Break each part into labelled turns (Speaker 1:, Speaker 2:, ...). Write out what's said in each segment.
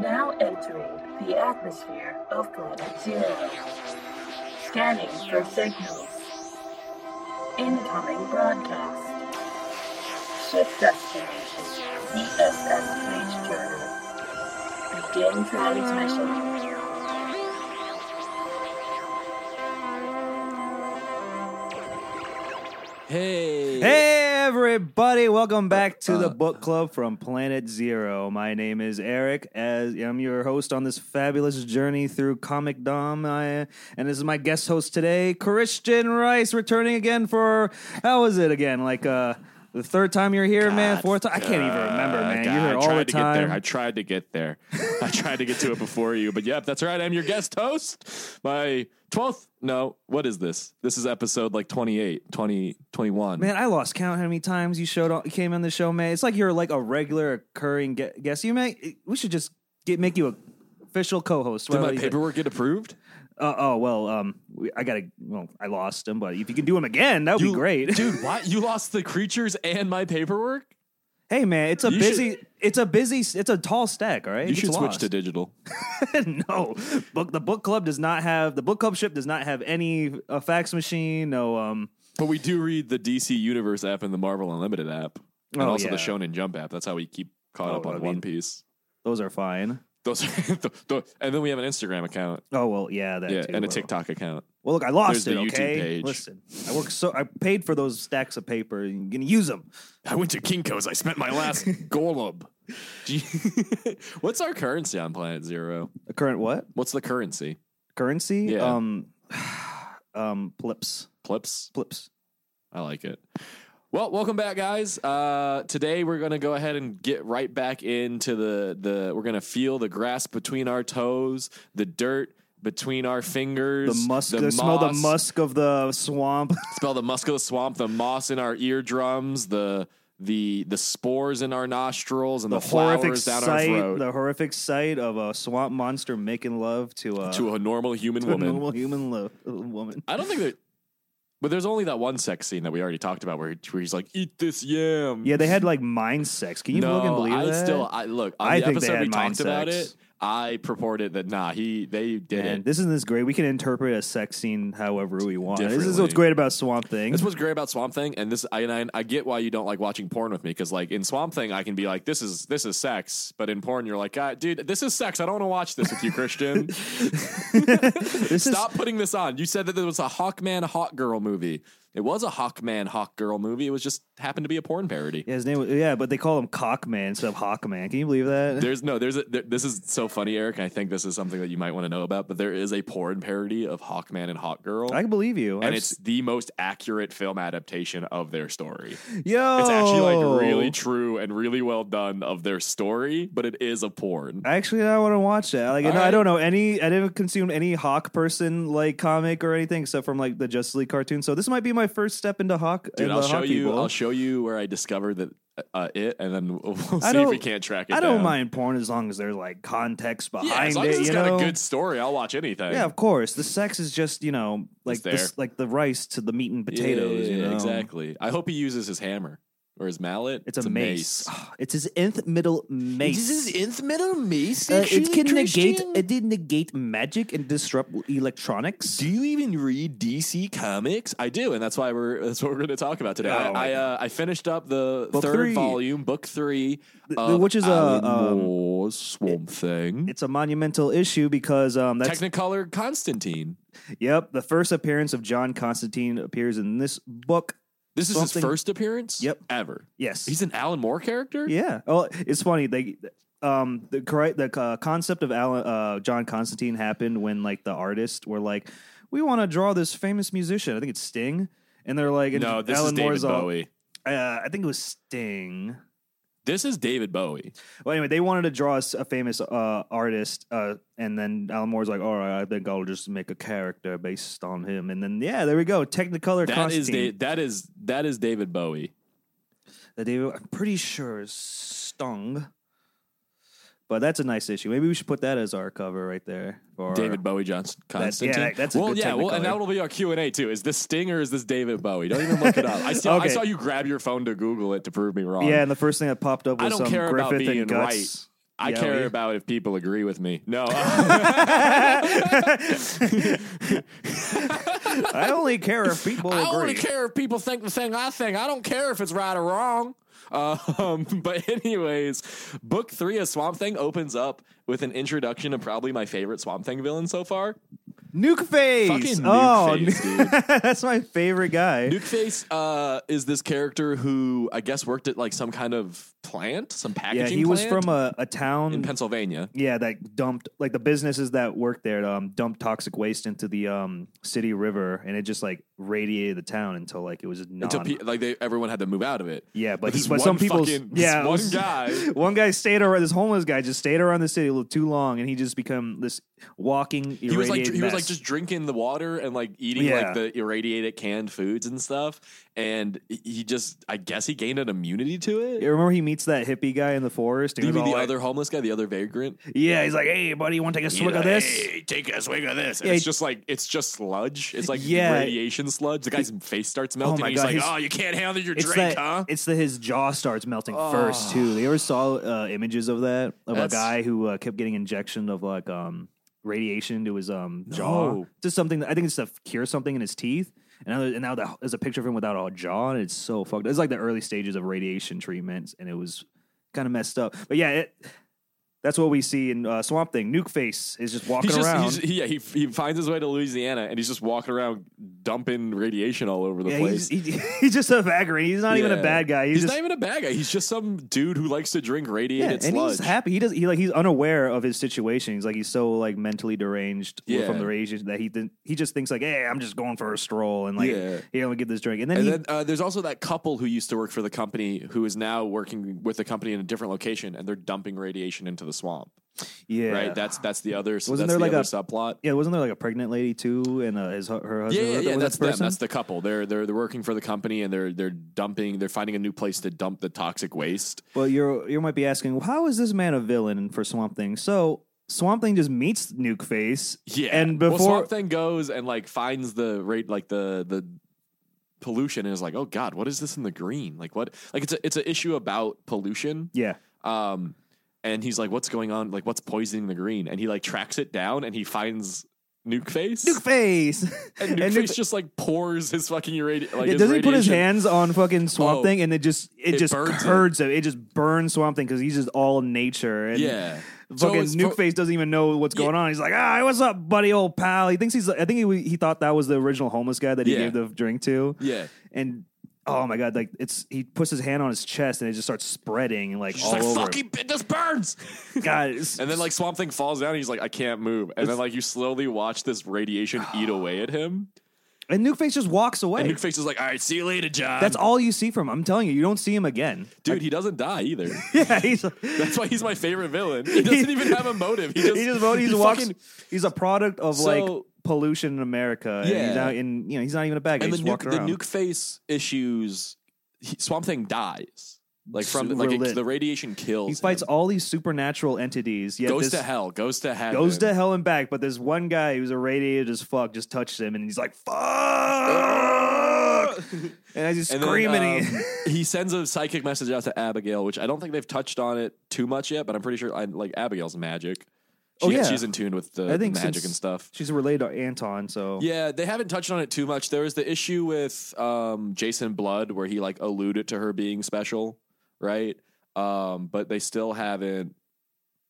Speaker 1: Now entering the atmosphere of Planet Zero. Scanning for signals. Incoming broadcast. Ship destination. E CSS page turner. Begin transmission.
Speaker 2: Hey.
Speaker 3: Hey, everybody, welcome back to the
Speaker 2: Uh,
Speaker 3: book club from Planet Zero. My name is Eric, as I'm your host on this fabulous journey through Comic Dom. I, and this is my guest host today, Christian Rice, returning again for, how was it again? Like, uh, the third time you're here, man.
Speaker 2: God,
Speaker 3: Fourth time, I can't even remember,
Speaker 2: God,
Speaker 3: man.
Speaker 2: God,
Speaker 3: You're here
Speaker 2: I
Speaker 3: all
Speaker 2: tried
Speaker 3: the
Speaker 2: to get there. I
Speaker 3: time.
Speaker 2: tried to get there. I tried to get to it before you, but yep, that's right. I'm your guest host. My 12th, no, what is this? This is episode like 28, 20, 21.
Speaker 3: Man, I lost count how many times you showed on, came on the show, man. It's like you're like a regular occurring gue- guest. You may we should just get make you a official co-host.
Speaker 2: Did
Speaker 3: whatever
Speaker 2: my
Speaker 3: you think.
Speaker 2: paperwork get approved?
Speaker 3: Uh, oh well, um, we, I gotta. Well, I lost him, but if you can do him again, that would be
Speaker 2: You-
Speaker 3: great.
Speaker 2: Dude, what? You lost the creatures and my paperwork?
Speaker 3: hey man, it's a
Speaker 2: You
Speaker 3: busy. It's a busy. It's a tall stack. All right,
Speaker 2: You
Speaker 3: It's
Speaker 2: should switch
Speaker 3: lost.
Speaker 2: to digital.
Speaker 3: no, book the book club does not have the book club ship does not have any uh, fax machine. No, um,
Speaker 2: But we do read the DC Universe app and the Marvel Unlimited app, and
Speaker 3: Oh,
Speaker 2: also the
Speaker 3: yeah.
Speaker 2: Shonen Jump app. That's how we keep caught
Speaker 3: Oh,
Speaker 2: up on
Speaker 3: I
Speaker 2: One
Speaker 3: mean-
Speaker 2: Piece.
Speaker 3: those are fine.
Speaker 2: Those, th- th- and then we have an Instagram account,
Speaker 3: Oh well, yeah, that
Speaker 2: yeah,
Speaker 3: too,
Speaker 2: and a
Speaker 3: well.
Speaker 2: TikTok account.
Speaker 3: Well, look, I lost
Speaker 2: There's
Speaker 3: it.
Speaker 2: the YouTube
Speaker 3: okay,
Speaker 2: page.
Speaker 3: listen, I work so I paid for those stacks of paper. and You're gonna use them.
Speaker 2: I went to Kinko's. I spent my last golub. Gee- What's our currency on Planet Zero?
Speaker 3: The current what
Speaker 2: What's the currency?
Speaker 3: currency?
Speaker 2: Yeah.
Speaker 3: Um, um, flips,
Speaker 2: Plips.
Speaker 3: flips.
Speaker 2: I like it. Well, welcome back, guys. Uh, today we're gonna go ahead and get right back into the the. We're gonna feel the grass between our toes, the dirt between our
Speaker 3: The
Speaker 2: fingers,
Speaker 3: musk. The smell the musk of the swamp.
Speaker 2: Smell the musk of the swamp, the moss in our eardrums, the the the spores in our nostrils, and the,
Speaker 3: horrific
Speaker 2: flowers down our
Speaker 3: sight,
Speaker 2: throat
Speaker 3: the horrific sight of a swamp monster making love to a,
Speaker 2: to a normal human
Speaker 3: to a
Speaker 2: woman.
Speaker 3: normal human lo- woman.
Speaker 2: I don't think that. But there's only that one sex scene that we already talked about where, where he's like, "Eat this yam."
Speaker 3: Yeah, they had like mind sex. Can you
Speaker 2: no,
Speaker 3: fucking believe
Speaker 2: I
Speaker 3: that?
Speaker 2: still I look. On
Speaker 3: I
Speaker 2: the
Speaker 3: think they
Speaker 2: episode
Speaker 3: had
Speaker 2: we
Speaker 3: mind
Speaker 2: talked about
Speaker 3: sex.
Speaker 2: it. I purported that nah, he they did
Speaker 3: Man,
Speaker 2: it.
Speaker 3: this isn't this great. We can interpret a sex scene however we want. This is
Speaker 2: Differently.
Speaker 3: what's great about Swamp Thing.
Speaker 2: This was great about Swamp Thing, and this I, and I I get why you don't like watching porn with me because like in Swamp Thing I can be like this is this is sex, but in porn you're like God, dude this is sex. I don't want to watch this with you, Christian.
Speaker 3: This
Speaker 2: Stop putting this on. You said that there was a Hawkman Hawk Girl movie. It was a Hawkman Hawk Girl movie. It was just happened to be a porn parody.
Speaker 3: Yeah, his name. Was, yeah, but they call him Cockman instead of Hawkman. Can you believe that?
Speaker 2: There's no, there's a, there, this is so funny, Eric. and I think this is something that you might want to know about, but there is a porn parody of Hawkman and Hawk Girl.
Speaker 3: I can believe you.
Speaker 2: and
Speaker 3: I've
Speaker 2: it's
Speaker 3: s-
Speaker 2: the most accurate film adaptation of their story.
Speaker 3: yo.
Speaker 2: It's actually
Speaker 3: Oh.
Speaker 2: like really true and really well done of their story, but it is a porn.
Speaker 3: Actually, I want to watch that. Like,
Speaker 2: All
Speaker 3: no,
Speaker 2: right.
Speaker 3: I don't know any. I didn't consume any Hawk person like comic or anything except from like the Justice League cartoon. So this might be my first step into Hawk.
Speaker 2: Dude,
Speaker 3: into
Speaker 2: I'll
Speaker 3: Hawk
Speaker 2: show you.
Speaker 3: people.
Speaker 2: I'll show you where I discovered that uh, it, and then we'll we'll
Speaker 3: I
Speaker 2: see if we
Speaker 3: don't-
Speaker 2: can't track it.
Speaker 3: I don't
Speaker 2: down.
Speaker 3: mind porn as long as there's like context behind
Speaker 2: Yeah, as long
Speaker 3: it.
Speaker 2: as it's
Speaker 3: you
Speaker 2: got
Speaker 3: know?
Speaker 2: a good story, I'll watch anything.
Speaker 3: yeah, of course. The sex is just you know like
Speaker 2: there.
Speaker 3: this, like the rice to the meat and
Speaker 2: Yeah,
Speaker 3: potatoes. you know
Speaker 2: exactly. I hope he uses his hammer or his mallet.
Speaker 3: It's, a mace. Ah, It's his nth middle mace.
Speaker 2: nth middle mace.
Speaker 3: Uh, it can negate it did negate magic and disrupt electronics.
Speaker 2: Do you even read DC Comics? I do, and that's why we're that's what we're going to talk about today.
Speaker 3: Oh,
Speaker 2: I I,
Speaker 3: my
Speaker 2: uh, I finished up the
Speaker 3: Book
Speaker 2: third
Speaker 3: three.
Speaker 2: volume, book three,
Speaker 3: Th-
Speaker 2: of
Speaker 3: which is a,
Speaker 2: Alan
Speaker 3: um,
Speaker 2: Moore's Swamp Thing,
Speaker 3: It's a monumental issue because um that's
Speaker 2: Technicolor Constantine.
Speaker 3: yep, the first appearance of John Constantine appears in this book.
Speaker 2: This is
Speaker 3: Something-
Speaker 2: his first appearance.
Speaker 3: Yep.
Speaker 2: ever.
Speaker 3: Yes.
Speaker 2: He's an Alan Moore character.
Speaker 3: yeah. Oh, it's funny they um the correct the uh, concept of Alan uh John Constantine happened when like the artists were like we want to draw this famous musician. I think it's Sting. And they're like, and
Speaker 2: No, this
Speaker 3: Alan
Speaker 2: is David
Speaker 3: Moore's all-
Speaker 2: Bowie.
Speaker 3: Uh, I think it was Sting.
Speaker 2: This is David Bowie.
Speaker 3: Well, anyway, they wanted to draw us a famous uh, artist, uh, and then Alan Moore's like, "All right, I think I'll just make a character based on him." And then, yeah, there we go. Technicolor
Speaker 2: That is
Speaker 3: Constantine.
Speaker 2: da- that is that is David Bowie.
Speaker 3: the David. I'm pretty sure is Stung. But that's a nice issue. Maybe we should put that as our cover right there. For
Speaker 2: David Bowie Johnson Constantine.
Speaker 3: yeah, that's a
Speaker 2: well,
Speaker 3: good
Speaker 2: yeah, well, and
Speaker 3: Technicolor.
Speaker 2: that'll be our Q and A too. Is this Sting or is this David Bowie? Don't even look it up. I saw, I
Speaker 3: Okay.
Speaker 2: saw you grab your phone to Google it to prove me wrong.
Speaker 3: Yeah, and the first thing that popped up was
Speaker 2: I don't
Speaker 3: some
Speaker 2: care about
Speaker 3: Griffith
Speaker 2: being
Speaker 3: and Guts.
Speaker 2: I
Speaker 3: Yeah,
Speaker 2: care
Speaker 3: we-
Speaker 2: about if people agree with me. No,
Speaker 3: I only care if people
Speaker 2: I only
Speaker 3: agree.
Speaker 2: care if people think the thing I think. I don't care if it's right or wrong. Um, but anyways, book three of Swamp Thing opens up with an introduction of probably my favorite Swamp Thing villain so far.
Speaker 3: Nuke face.
Speaker 2: Fucking
Speaker 3: oh,
Speaker 2: Nuke Face,
Speaker 3: nu-
Speaker 2: dude.
Speaker 3: that's my favorite guy.
Speaker 2: Nukeface uh, is this character who I guess worked at like some kind of plant, some packaging.
Speaker 3: yeah, he was
Speaker 2: plant
Speaker 3: from a, a
Speaker 2: in
Speaker 3: town.
Speaker 2: Pennsylvania.
Speaker 3: yeah, that dumped like the businesses that worked there um, dumped toxic waste into the um, city river, and it just like radiated the town until like it was non.
Speaker 2: Until pe- like they everyone had to move out of it.
Speaker 3: yeah, but,
Speaker 2: this
Speaker 3: but
Speaker 2: one
Speaker 3: some people,
Speaker 2: fucking- this
Speaker 3: yeah, it
Speaker 2: one
Speaker 3: was-
Speaker 2: guy.
Speaker 3: one guy stayed around. This homeless guy just stayed around the city a little too long, and he just become this walking.
Speaker 2: He was like
Speaker 3: irradiated
Speaker 2: he was
Speaker 3: mess.
Speaker 2: like just drinking the water and like eating
Speaker 3: Yeah.
Speaker 2: like the irradiated canned foods and stuff. And he just I guess he gained an immunity to it.
Speaker 3: You remember he meets that hippie guy in the forest? and
Speaker 2: Do you
Speaker 3: he's
Speaker 2: mean the
Speaker 3: all like-
Speaker 2: other homeless guy, the other vagrant?
Speaker 3: Yeah, he's like, "Hey, buddy, you want to take a swig of this?"
Speaker 2: take a swig of this.
Speaker 3: Yeah,
Speaker 2: it's
Speaker 3: he-
Speaker 2: just like it's just sludge. It's like
Speaker 3: Yeah.
Speaker 2: radiation sludge. The guy's face starts melting.
Speaker 3: my
Speaker 2: He's
Speaker 3: God,
Speaker 2: like,
Speaker 3: his-
Speaker 2: "Oh, you can't handle your
Speaker 3: It's
Speaker 2: drink,
Speaker 3: that.
Speaker 2: huh?" Ah.
Speaker 3: It's that his jaw starts melting first too. You ever saw uh, images of that of
Speaker 2: That's-
Speaker 3: a guy who uh, kept getting injection of like um radiation to his um jaw?
Speaker 2: No.
Speaker 3: Just something. that- I think it's to cure something in his teeth. And now, and now that, there's a picture of him without a jaw, and it's so fucked. It's like the early stages of radiation treatments, and it was kind of messed up. But yeah, it. That's what we see in uh, Swamp Thing. Nuke Face is just walking
Speaker 2: He's just,
Speaker 3: around.
Speaker 2: he's, he, yeah, he, he finds his way to Louisiana and he's just walking around dumping radiation all over the
Speaker 3: yeah,
Speaker 2: place.
Speaker 3: he's, he, he's just a vagrant. He's not even
Speaker 2: Yeah.
Speaker 3: a bad guy. He's,
Speaker 2: He's
Speaker 3: just
Speaker 2: not even a bad guy. He's just some dude who likes to drink
Speaker 3: yeah,
Speaker 2: radiated
Speaker 3: and
Speaker 2: sludge.
Speaker 3: he's happy. He does. He like he's unaware of his situation. He's like he's so like mentally deranged
Speaker 2: Yeah.
Speaker 3: from the radiation that he didn't, he just thinks like, hey, I'm just going for a stroll and like
Speaker 2: Yeah.
Speaker 3: he only get this drink. And then,
Speaker 2: and
Speaker 3: he,
Speaker 2: then uh, there's also that couple who used to work for the company who is now working with the company in a different location and they're dumping radiation into the swamp.
Speaker 3: yeah,
Speaker 2: Right? That's that's the other so
Speaker 3: Wasn't
Speaker 2: that's
Speaker 3: there
Speaker 2: the
Speaker 3: like
Speaker 2: other
Speaker 3: a-
Speaker 2: subplot.
Speaker 3: yeah. Wasn't there like a pregnant lady too and uh, his hu- her
Speaker 2: Yeah,
Speaker 3: husband?
Speaker 2: yeah,
Speaker 3: was
Speaker 2: yeah.
Speaker 3: that
Speaker 2: That's them.
Speaker 3: person?
Speaker 2: That's the couple. They're they're they're working for the company and they're they're dumping. They're finding a new place to dump the toxic waste.
Speaker 3: Well, you're you might be asking, well, how is this man a villain for Swamp Thing? So Swamp Thing just meets Nuke Face.
Speaker 2: Yeah,
Speaker 3: And
Speaker 2: Well,
Speaker 3: before-
Speaker 2: Swamp Thing goes and like finds the rate, like the the pollution, and is like, oh god, what is this in the green? Like what? Like it's a it's an issue about pollution.
Speaker 3: Yeah,
Speaker 2: Um, and he's like, what's going on? Like what's poisoning the green? And he like tracks it down, and he finds Nuke Face.
Speaker 3: Nuke Face.
Speaker 2: and Nuke
Speaker 3: and Nuke-
Speaker 2: Face just like pours his fucking irradi- like
Speaker 3: Yeah,
Speaker 2: his
Speaker 3: doesn't he put his
Speaker 2: radiation-
Speaker 3: hands on fucking Swamp
Speaker 2: Oh,
Speaker 3: Thing and it just it,
Speaker 2: it
Speaker 3: just
Speaker 2: burns it.
Speaker 3: hurts him. It just burns Swamp Thing because he's just all nature and
Speaker 2: Yeah, So
Speaker 3: fucking
Speaker 2: it's
Speaker 3: Nuke
Speaker 2: fu-
Speaker 3: Face doesn't even know what's going on. He's like, ah, what's up, buddy, old pal? He thinks he's I think he he thought that was the original homeless guy that he
Speaker 2: Yeah.
Speaker 3: gave the drink to.
Speaker 2: Yeah.
Speaker 3: and oh my god, like it's he puts his hand on his chest and it just starts spreading and like
Speaker 2: She's
Speaker 3: all
Speaker 2: like,
Speaker 3: over.
Speaker 2: fuck, he,
Speaker 3: him.
Speaker 2: it just burns.
Speaker 3: God, it's-
Speaker 2: And then like Swamp Thing falls down, and he's like, I can't move. And then like you slowly watch this radiation eat away at him.
Speaker 3: and Nuke Face just walks away.
Speaker 2: And Nuke Face is like, all right, see you later, John.
Speaker 3: That's all you see from him. I'm telling you, you don't see him again.
Speaker 2: Dude, he doesn't die either.
Speaker 3: Yeah, he's
Speaker 2: That's why he's my favorite villain. He doesn't even have a motive. He just,
Speaker 3: he just voted. He's
Speaker 2: he
Speaker 3: walks.
Speaker 2: fucking-
Speaker 3: he's a product of
Speaker 2: So-
Speaker 3: like pollution in America. Yeah, and
Speaker 2: Yeah.
Speaker 3: he's not in. You know, he's not even a bad guy.
Speaker 2: and the
Speaker 3: He's just
Speaker 2: nuke,
Speaker 3: walking
Speaker 2: the
Speaker 3: around.
Speaker 2: nuke face issues. He, Swamp Thing dies like from like
Speaker 3: Relit.
Speaker 2: it, the radiation kills.
Speaker 3: he fights
Speaker 2: him.
Speaker 3: all these supernatural entities. Yet
Speaker 2: Goes
Speaker 3: this
Speaker 2: to hell. Goes to heaven.
Speaker 3: goes to hell and back. But there's one guy who's irradiated as fuck. Just touches him, and he's like, "Fuck!" and he's
Speaker 2: And then,
Speaker 3: screaming. and he-
Speaker 2: um, he sends a psychic message out to Abigail, which I don't think they've touched on it too much yet, but I'm pretty sure I, like Abigail's magic. She,
Speaker 3: Oh, yeah.
Speaker 2: she's in tune with the,
Speaker 3: I think
Speaker 2: the magic
Speaker 3: since-
Speaker 2: and stuff.
Speaker 3: She's related to Anton, so
Speaker 2: Yeah, they haven't touched on it too much. There was the issue with um, Jason Blood where he like alluded to her being special, right? Um, but they still haven't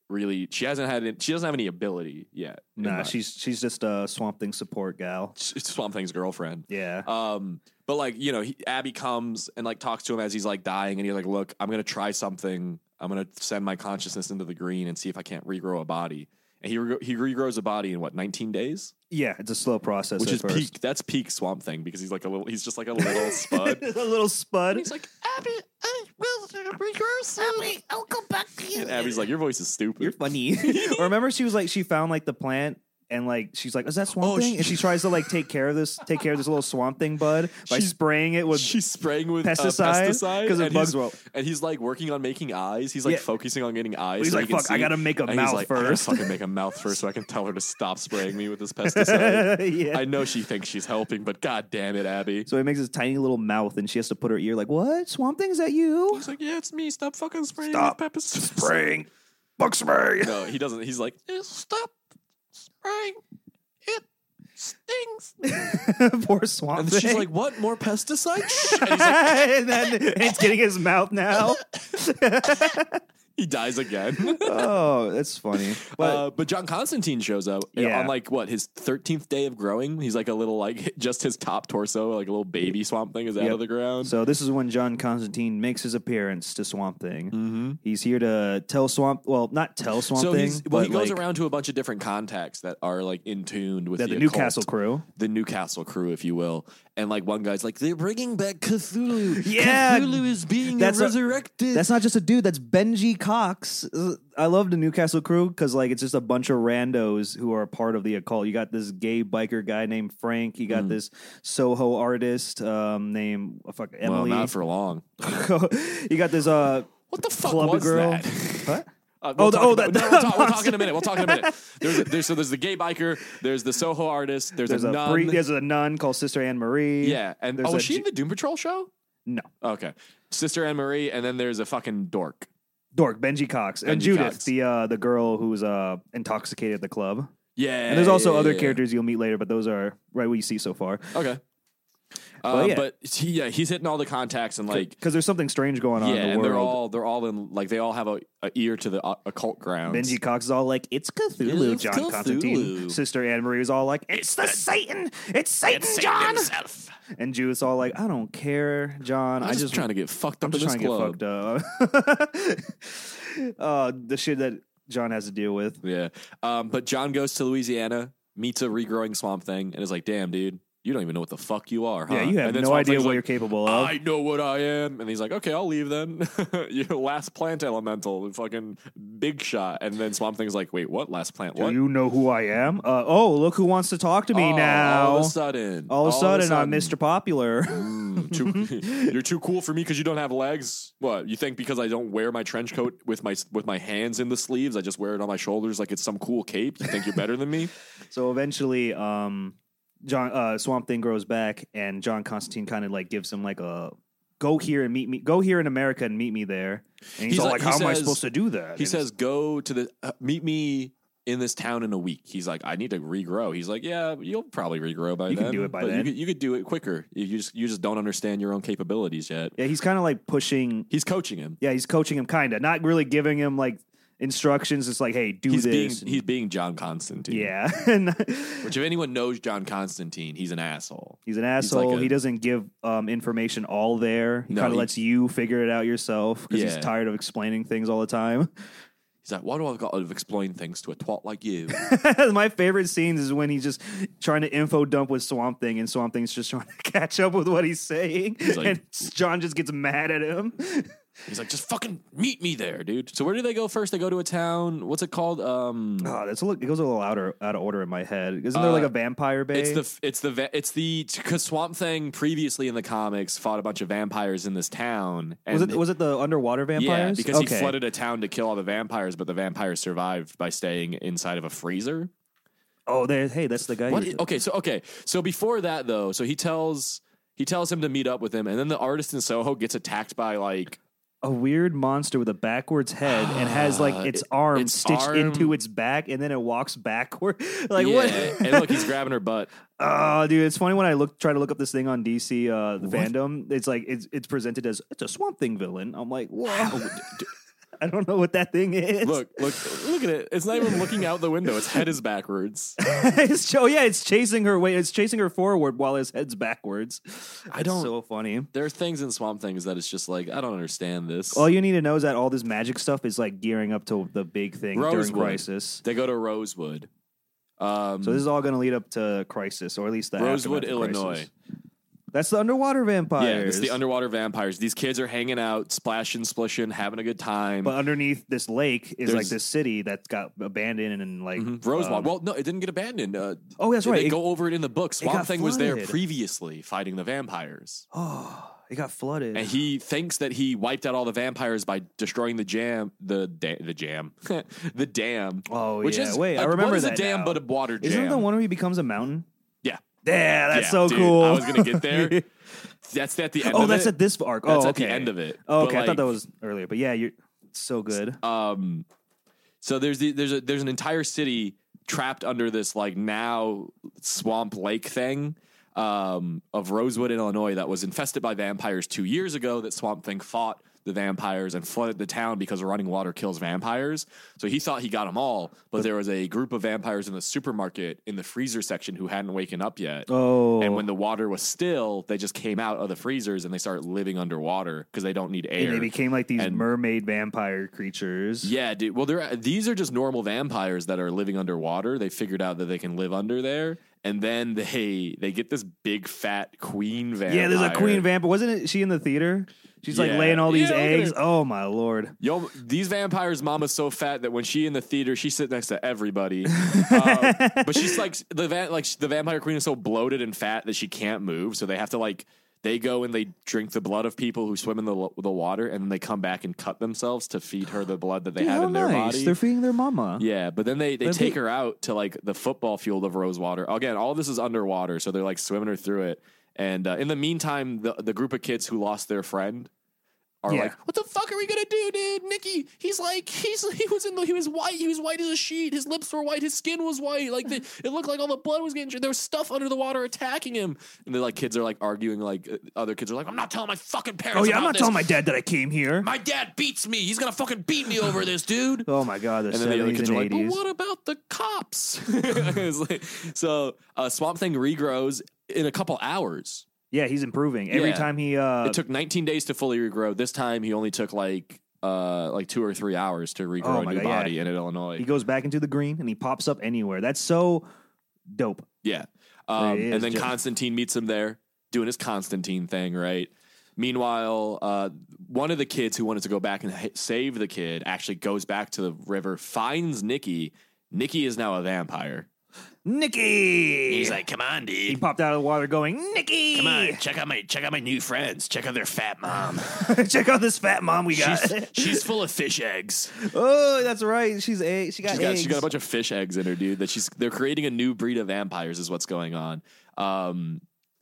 Speaker 2: really. She hasn't had. It, she doesn't have any ability yet. in
Speaker 3: nah,
Speaker 2: my-
Speaker 3: she's she's just a Swamp Thing support gal.
Speaker 2: it's Swamp Thing's girlfriend.
Speaker 3: Yeah,
Speaker 2: Um, but like you know, he, Abby comes and like talks to him as he's like dying, and he's like, "Look, I'm gonna try something. I'm gonna send my consciousness into the green and see if I can't regrow a body." And he re- he regrows a body in what 19 days,
Speaker 3: yeah, it's a slow process,
Speaker 2: which
Speaker 3: at
Speaker 2: is
Speaker 3: first.
Speaker 2: peak. That's peak Swamp Thing because he's like a little. He's just like a little spud.
Speaker 3: a little
Speaker 4: And
Speaker 3: spud.
Speaker 4: he's like, Abby, I will regress. Abby, I'll come back to you.
Speaker 2: And Abby's like, "Your voice is stupid."
Speaker 3: You're funny. or remember, she was like, she found like the plant and like she's like, "Is that swamp
Speaker 2: Oh,
Speaker 3: thing?"
Speaker 2: she-
Speaker 3: and she tries to like take care of this, take care of this little swamp thing bud by
Speaker 2: She's-
Speaker 3: spraying it with.
Speaker 2: She's spraying with
Speaker 3: Pesticide?
Speaker 2: uh, pesticide
Speaker 3: 'Cause of
Speaker 2: and
Speaker 3: bugs
Speaker 2: he's-
Speaker 3: well.
Speaker 2: And he's like working on making eyes. He's like
Speaker 3: Yeah.
Speaker 2: focusing on getting eyes.
Speaker 3: He's
Speaker 2: so he
Speaker 3: like,
Speaker 2: can
Speaker 3: "Fuck, I
Speaker 2: see."
Speaker 3: gotta make a
Speaker 2: And he's
Speaker 3: mouth
Speaker 2: like, "I gotta
Speaker 3: first."
Speaker 2: fucking make a mouth first, so I can tell her to stop spraying me with this pesticide.
Speaker 3: yeah.
Speaker 2: I know she thinks she's helping, but god damn it, Abby.
Speaker 3: so he makes this tiny little mouth, and she has to put her ear like, "What swamp thing is that you?"
Speaker 2: He's like, yeah, it's me. Stop fucking spraying
Speaker 3: Stop
Speaker 2: with pesticide.
Speaker 3: bug spray.
Speaker 2: No, he doesn't. He's like,
Speaker 4: Stop spraying. It stings.
Speaker 3: Poor swamp
Speaker 2: and
Speaker 3: thing.
Speaker 2: she's like, what? More pesticide? Shh. and he's like,
Speaker 3: and then it's getting his mouth now.
Speaker 2: he dies again.
Speaker 3: oh, that's funny. But
Speaker 2: uh, but John Constantine shows up eh,
Speaker 3: Yeah.
Speaker 2: on like what his thirteenth day of growing. He's like a little like just his top torso, like a little baby swamp thing, is out
Speaker 3: Yep.
Speaker 2: of the ground.
Speaker 3: so this is when John Constantine makes his appearance to Swamp Thing.
Speaker 2: mm-hmm.
Speaker 3: He's here to tell Swamp, well, not tell Swamp
Speaker 2: so
Speaker 3: Thing,
Speaker 2: he's well, he
Speaker 3: but,
Speaker 2: goes
Speaker 3: like,
Speaker 2: around to a bunch of different contacts that are like in tuned with
Speaker 3: the,
Speaker 2: the,
Speaker 3: the
Speaker 2: occult,
Speaker 3: Newcastle crew.
Speaker 2: the Newcastle crew, if you will. And like one guy's like, they're bringing back Cthulhu.
Speaker 3: Yeah.
Speaker 2: Cthulhu is being
Speaker 3: That's a-
Speaker 2: resurrected.
Speaker 3: That's not just a dude. That's Benji Cox. Uh, I love the Newcastle crew because like it's just a bunch of randos who are a part of the occult. You got this gay biker guy named Frank. You got
Speaker 2: Mhm.
Speaker 3: this Soho artist um, named uh, fuck
Speaker 2: well,
Speaker 3: Emily.
Speaker 2: not for long.
Speaker 3: you got this uh,
Speaker 2: What the fuck
Speaker 3: Club
Speaker 2: was
Speaker 3: girl.
Speaker 2: that?
Speaker 3: What?
Speaker 2: Uh,
Speaker 3: Oh,
Speaker 2: we'll
Speaker 3: the-
Speaker 2: talk
Speaker 3: oh,
Speaker 2: about-
Speaker 3: that-
Speaker 2: no, we'll, talk, we'll talk in a minute. We'll talk in a minute. There's, a, there's so there's the gay biker. There's the Soho artist. There's,
Speaker 3: there's
Speaker 2: a,
Speaker 3: a,
Speaker 2: nun.
Speaker 3: bre- there's a nun called Sister Anne Marie.
Speaker 2: yeah, and
Speaker 3: there's
Speaker 2: oh,
Speaker 3: a
Speaker 2: was she
Speaker 3: G-
Speaker 2: in the Doom Patrol show?
Speaker 3: No.
Speaker 2: Okay, Sister Anne Marie, and then there's a fucking dork.
Speaker 3: Dork, Benji Cox, and
Speaker 2: Benji
Speaker 3: Judith,
Speaker 2: Cox.
Speaker 3: the uh, the girl who's uh, intoxicated at the club.
Speaker 2: Yeah,
Speaker 3: And there's also
Speaker 2: yeah,
Speaker 3: other
Speaker 2: yeah.
Speaker 3: characters you'll meet later, but those are right what you see so far.
Speaker 2: Okay,
Speaker 3: But
Speaker 2: Uh,
Speaker 3: yeah.
Speaker 2: but he, yeah, he's hitting all the contacts and like
Speaker 3: because there's something strange going on
Speaker 2: yeah,
Speaker 3: in the
Speaker 2: and they're
Speaker 3: world.
Speaker 2: all they're all in like they all have a, a ear to the uh, occult grounds.
Speaker 3: Benji Cox is all like, "It's Cthulhu."
Speaker 2: It's
Speaker 3: John
Speaker 2: Cthulhu.
Speaker 3: Constantine, Sister Anne Marie is all like, "It's the Satan! It's Satan, John!" And Judith's all like, "I don't care, John.
Speaker 2: I'm
Speaker 3: I
Speaker 2: just,
Speaker 3: just
Speaker 2: trying to get fucked up
Speaker 3: I'm
Speaker 2: in
Speaker 3: just
Speaker 2: this
Speaker 3: trying
Speaker 2: club.
Speaker 3: to get fucked up." uh, the shit that John has to deal with.
Speaker 2: Yeah. Um, but John goes to Louisiana, meets a regrowing swamp thing, and is like, damn, dude, you don't even know what the fuck you are, huh?
Speaker 3: Yeah, you have
Speaker 2: and then
Speaker 3: no
Speaker 2: Swamp
Speaker 3: idea
Speaker 2: Thing's
Speaker 3: what
Speaker 2: like,
Speaker 3: you're capable of.
Speaker 2: I know what I am. And he's like, okay, I'll leave then. Your last plant elemental, the fucking big shot. And then Swamp Thing's like, wait, what last plant?
Speaker 3: Do
Speaker 2: What?
Speaker 3: you know who I am? Uh, oh, look who wants to talk to me
Speaker 2: Oh,
Speaker 3: now.
Speaker 2: All of a sudden.
Speaker 3: All of a sudden, I'm Mr. Popular.
Speaker 2: Mm, too, you're too cool for me because you don't have legs. What you think? Because I don't wear my trench coat with my with my hands in the sleeves, I just wear it on my shoulders like it's some cool cape. You think you're better than me?
Speaker 3: so eventually, um, John uh, Swamp Thing grows back, and John Constantine kind of like gives him like a go here and meet me. Go here in America and meet me there. And he's,
Speaker 2: He's
Speaker 3: all
Speaker 2: like-
Speaker 3: like,
Speaker 2: he
Speaker 3: "How am I
Speaker 2: says-
Speaker 3: supposed to do that?"
Speaker 2: He
Speaker 3: And
Speaker 2: says, "Go to the uh, meet me in this town in a week." He's like, "I need to regrow." He's like, "Yeah, you'll probably regrow by
Speaker 3: You
Speaker 2: then.
Speaker 3: can do it by
Speaker 2: but You
Speaker 3: then."
Speaker 2: could, you could do it quicker. You- You just you just don't understand your own capabilities yet."
Speaker 3: yeah, he's kind of like pushing.
Speaker 2: He's coaching him.
Speaker 3: Yeah, he's coaching him, kind of not really giving him like instructions. It's like, "Hey, do
Speaker 2: He's being
Speaker 3: this." and-
Speaker 2: he's being John Constantine.
Speaker 3: yeah, and
Speaker 2: Which if anyone knows John Constantine, he's an asshole.
Speaker 3: he's an
Speaker 2: He's like
Speaker 3: asshole.
Speaker 2: a-
Speaker 3: he doesn't give um, information all there. He
Speaker 2: No,
Speaker 3: kind of
Speaker 2: he-
Speaker 3: lets you figure it out yourself because he's
Speaker 2: Yeah.
Speaker 3: tired of explaining things all the time.
Speaker 2: He's like, "Why do I got to explain things to a twat like you?"
Speaker 3: My favorite scenes is when he's just trying to info dump with Swamp Thing, and Swamp Thing's just trying to catch up with what he's saying,
Speaker 2: like-
Speaker 3: and John just gets mad at him.
Speaker 2: he's like, "Just fucking meet me there, dude." So where do they go first? They go to a town. What's it called? Um,
Speaker 3: Oh, that's a little, it goes a little out of, out of order in my head. Isn't there like
Speaker 2: Uh,
Speaker 3: a vampire bay?
Speaker 2: It's the it's the va- it's the because Swamp Thing previously in the comics fought a bunch of vampires in this town. And
Speaker 3: was it was it the underwater
Speaker 2: yeah,
Speaker 3: vampires?
Speaker 2: because
Speaker 3: Okay.
Speaker 2: he flooded a town to kill all the vampires, but the vampires survived by staying inside of a freezer.
Speaker 3: Oh, there. Hey, that's the guy.
Speaker 2: What
Speaker 3: you-
Speaker 2: i- okay, so okay, so before that though, so he tells he tells him to meet up with him, and then the artist in Soho gets attacked by like
Speaker 3: a weird monster with a backwards head and has like its arm
Speaker 2: Uh, its
Speaker 3: stitched
Speaker 2: arm-
Speaker 3: into its back, and then it walks backward. like
Speaker 2: yeah,
Speaker 3: what?
Speaker 2: and look, he's grabbing her butt.
Speaker 3: Oh, dude, it's funny when I look try to look up this thing on DC uh,
Speaker 2: What?
Speaker 3: fandom. It's like it's it's presented as it's a Swamp Thing villain. I'm like, whoa, I don't know what that thing is.
Speaker 2: Look, look, look at it. It's not even looking out the window. Its head is backwards.
Speaker 3: it's oh yeah, it's chasing her way. It's chasing her forward while his head's backwards.
Speaker 2: I
Speaker 3: It's
Speaker 2: don't-
Speaker 3: So funny.
Speaker 2: There are things in Swamp Things that it's just like I don't understand this.
Speaker 3: All you need to know is that all this magic stuff is like gearing up to the big thing during
Speaker 2: Rosewood.
Speaker 3: Crisis.
Speaker 2: They go to Rosewood. Um,
Speaker 3: So this is all going to lead up to Crisis, or at least the
Speaker 2: Rosewood,
Speaker 3: aftermath of Crisis.
Speaker 2: Illinois.
Speaker 3: That's the underwater vampires.
Speaker 2: Yeah, it's the underwater vampires. These kids are hanging out, splashing, splishing, having a good time.
Speaker 3: But underneath this lake is like
Speaker 2: There's-
Speaker 3: this city that's got abandoned and like
Speaker 2: Mhm. Rosemont.
Speaker 3: um,
Speaker 2: well, no, it didn't get abandoned. Uh,
Speaker 3: oh, that's right.
Speaker 2: They
Speaker 3: It,
Speaker 2: go over it in the book. Swamp
Speaker 3: got
Speaker 2: Thing was there
Speaker 3: flooded.
Speaker 2: previously fighting the vampires.
Speaker 3: oh, it got flooded.
Speaker 2: And he thinks that he wiped out all the vampires by destroying the jam, the da- the jam, the dam.
Speaker 3: oh,
Speaker 2: which
Speaker 3: yeah.
Speaker 2: is
Speaker 3: Wait, I
Speaker 2: like,
Speaker 3: remember
Speaker 2: what is
Speaker 3: that.
Speaker 2: a dam
Speaker 3: now.
Speaker 2: but a water jam?
Speaker 3: Isn't it the one where he becomes a mountain?
Speaker 2: Yeah.
Speaker 3: Yeah, that's
Speaker 2: Yeah,
Speaker 3: so
Speaker 2: dude,
Speaker 3: cool.
Speaker 2: I was gonna get there. That's at the end.
Speaker 3: oh,
Speaker 2: of
Speaker 3: that's
Speaker 2: it.
Speaker 3: at this arc.
Speaker 2: That's
Speaker 3: oh,
Speaker 2: at
Speaker 3: okay.
Speaker 2: the end of it.
Speaker 3: Oh,
Speaker 2: But,
Speaker 3: okay, I thought
Speaker 2: like,
Speaker 3: that was earlier, but yeah, you're so good.
Speaker 2: um so there's the, there's a there's an entire city trapped under this like now swamp lake thing um of Rosewood in Illinois that was infested by vampires 2 years ago that Swamp Thing fought the vampires and flooded the town because running water kills vampires. So he thought he got them all, but there was a group of vampires in the supermarket in the freezer section who hadn't waken up yet.
Speaker 3: oh,
Speaker 2: And when the water was still, they just came out of the freezers and they started living underwater because they don't need air.
Speaker 3: and they became like these
Speaker 2: and-
Speaker 3: mermaid vampire creatures.
Speaker 2: Yeah, dude. Well, they're these are just normal vampires that are living underwater. They figured out that they can live under there, and then they they get this big fat queen vampire.
Speaker 3: Yeah, there's a queen vampire. Wasn't it she in the theater? She's like
Speaker 2: Yeah.
Speaker 3: laying all these
Speaker 2: Yeah, look at
Speaker 3: eggs.
Speaker 2: her.
Speaker 3: Oh my lord.
Speaker 2: Yo, these vampires' mama's so fat that when she in the theater, she sits next to everybody. um, but she's like the va- like the vampire queen is so bloated and fat that she can't move. So they have to like they go and they drink the blood of people who swim in the lo- the water, and then they come back and cut themselves to feed her the blood that they
Speaker 3: Dude,
Speaker 2: have
Speaker 3: how
Speaker 2: in their
Speaker 3: nice.
Speaker 2: body.
Speaker 3: They're feeding their mama.
Speaker 2: Yeah, but then they, they
Speaker 3: Then
Speaker 2: take
Speaker 3: they-
Speaker 2: her out to like the football field of Rosewater. Again, all this is underwater, so they're like swimming her through it. And uh, in the meantime, the the group of kids who lost their friend are
Speaker 3: Yeah.
Speaker 2: like, "What the fuck are we gonna do, dude? Nicky, he's like, he's he was in the he was white, he was white as a sheet. His lips were white, his skin was white. Like the, it looked like all the blood was getting there was stuff under the water attacking him. And the like kids are like arguing, like uh, other kids are like, "I'm not telling my fucking parents.
Speaker 3: Oh yeah, I'm
Speaker 2: about
Speaker 3: not
Speaker 2: this.
Speaker 3: telling my dad that I came here.
Speaker 2: my dad beats me. He's gonna fucking beat me over this, dude."
Speaker 3: Oh my god, the
Speaker 2: and then the other
Speaker 3: seventies
Speaker 2: kids
Speaker 3: and
Speaker 2: are like, "But
Speaker 3: eighties.
Speaker 2: what about the cops?" It's like- so uh, Swamp Thing regrows in a couple hours.
Speaker 3: yeah, he's improving every
Speaker 2: Yeah.
Speaker 3: time he. uh
Speaker 2: it took 19 days to fully regrow. This time, he only took like uh, like two or three hours to regrow
Speaker 3: Oh
Speaker 2: a
Speaker 3: my
Speaker 2: new
Speaker 3: God, yeah.
Speaker 2: body in Illinois.
Speaker 3: He goes back into the green and he pops up anywhere. That's so dope.
Speaker 2: yeah, um,
Speaker 3: There he
Speaker 2: and
Speaker 3: is,
Speaker 2: then
Speaker 3: Jeff.
Speaker 2: Constantine meets him there, doing his Constantine thing, right? Meanwhile, uh, one of the kids who wanted to go back and h- save the kid actually goes back to the river, finds Nikki. Nikki is now a vampire.
Speaker 3: Nikki.
Speaker 2: "Come on, dude."
Speaker 3: he popped out of the water going, Nikki.
Speaker 2: Come on, check out my check out my new friends. Check out their fat mom.
Speaker 3: Check out this fat mom we got.
Speaker 2: She's, she's full of fish eggs.
Speaker 3: oh, that's right. She's egg. She got
Speaker 2: She's got,
Speaker 3: eggs.
Speaker 2: she got a bunch of fish eggs in her, dude. That she's they're creating a new breed of vampires is what's going on. Um,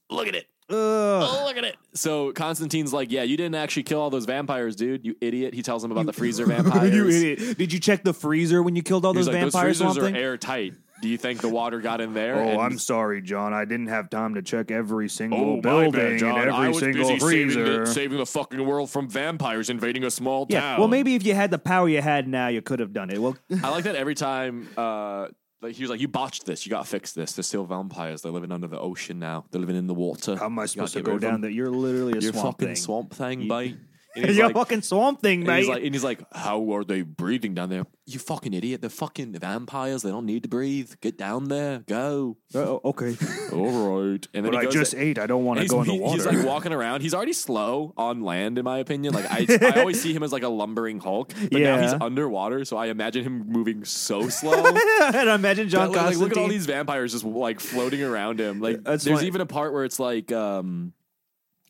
Speaker 2: look at it.
Speaker 3: Ugh.
Speaker 2: Look at it. So Constantine's like, yeah, you didn't actually kill all those vampires, dude. You idiot. He tells him about the freezer vampires.
Speaker 3: you idiot. Did you check the freezer when you killed all
Speaker 2: He's
Speaker 3: those
Speaker 2: like, those
Speaker 3: vampires?
Speaker 2: freezers
Speaker 3: Swamp
Speaker 2: are
Speaker 3: Thing?"
Speaker 2: airtight. Do you think the water got in there?
Speaker 3: Oh,
Speaker 2: And-
Speaker 3: I'm sorry, John. I didn't have time to check every single
Speaker 2: Oh, my
Speaker 3: building
Speaker 2: bad, John.
Speaker 3: and every
Speaker 2: I was
Speaker 3: single
Speaker 2: busy saving
Speaker 3: freezer.
Speaker 2: the, saving the fucking world from vampires invading a small
Speaker 3: yeah.
Speaker 2: town.
Speaker 3: Well, maybe if you had the power you had now, you could have done it. Well,
Speaker 2: I like that every time. Uh, like he was like, "You botched this. You gotta fix this. They're still vampires. They're living under the ocean now. They're living in the water.
Speaker 3: how am I
Speaker 2: You
Speaker 3: supposed to
Speaker 2: gotta get
Speaker 3: go
Speaker 2: rid of
Speaker 3: down
Speaker 2: them.
Speaker 3: there? You're literally a
Speaker 2: You're
Speaker 3: swamp
Speaker 2: fucking
Speaker 3: thing.
Speaker 2: swamp thing,
Speaker 3: You-
Speaker 2: mate." And he's
Speaker 3: You're a
Speaker 2: like,
Speaker 3: fucking swamp thing,
Speaker 2: and he's
Speaker 3: mate.
Speaker 2: like, and he's like, "How are they breathing down there? You fucking idiot! They're fucking vampires. They don't need to breathe. Get down there. Go.
Speaker 3: oh, okay.
Speaker 2: All right." And then
Speaker 3: But
Speaker 2: he
Speaker 3: I
Speaker 2: goes
Speaker 3: just ate. I don't want to
Speaker 2: he's,
Speaker 3: go in the
Speaker 2: he-
Speaker 3: water.
Speaker 2: he's like walking around. He's already slow on land, in my opinion. Like I, I always see him as like a lumbering Hulk, but now he's
Speaker 3: Yeah.
Speaker 2: underwater, so I imagine him moving so slow.
Speaker 3: and imagine John
Speaker 2: But, like,
Speaker 3: Constantine.
Speaker 2: look at all these vampires just like floating around him. Like
Speaker 3: That's
Speaker 2: there's
Speaker 3: funny.
Speaker 2: even a part where it's like um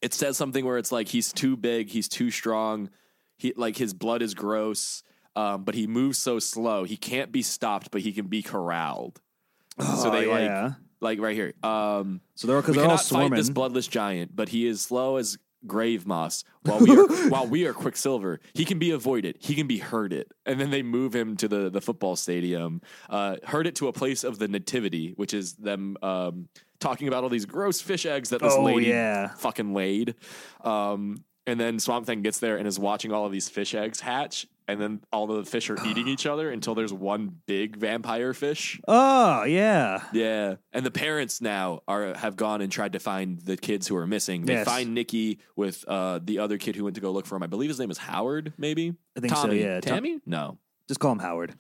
Speaker 2: it says something where it's like he's too big, he's too strong, he like his blood is gross, um, but he moves so slow, he can't be stopped, but he can be corralled. so
Speaker 3: Oh,
Speaker 2: they
Speaker 3: yeah.
Speaker 2: like like right here. Um
Speaker 3: so they're
Speaker 2: we
Speaker 3: because they're all
Speaker 2: cannot fight this
Speaker 3: swarming.
Speaker 2: bloodless giant, but he is slow as grave moss while we are while we are quicksilver he can be avoided he can be herded and then they move him to the the football stadium uh herd it to a place of the nativity which is them um talking about all these gross fish eggs that this
Speaker 3: Oh,
Speaker 2: lady
Speaker 3: yeah.
Speaker 2: fucking laid um and then swamp thing gets there and is watching all of these fish eggs hatch and then all the fish are eating each other until there's one big vampire fish
Speaker 3: Oh yeah.
Speaker 2: yeah, and the parents now are have gone and tried to find the kids who are missing. They
Speaker 3: Yes.
Speaker 2: find Nikki with uh, the other kid who went to go look for him. I believe his name is Howard. Maybe
Speaker 3: I think so,
Speaker 2: Tommy.
Speaker 3: yeah. Tom-
Speaker 2: Tammy. no,
Speaker 3: Just call him Howard.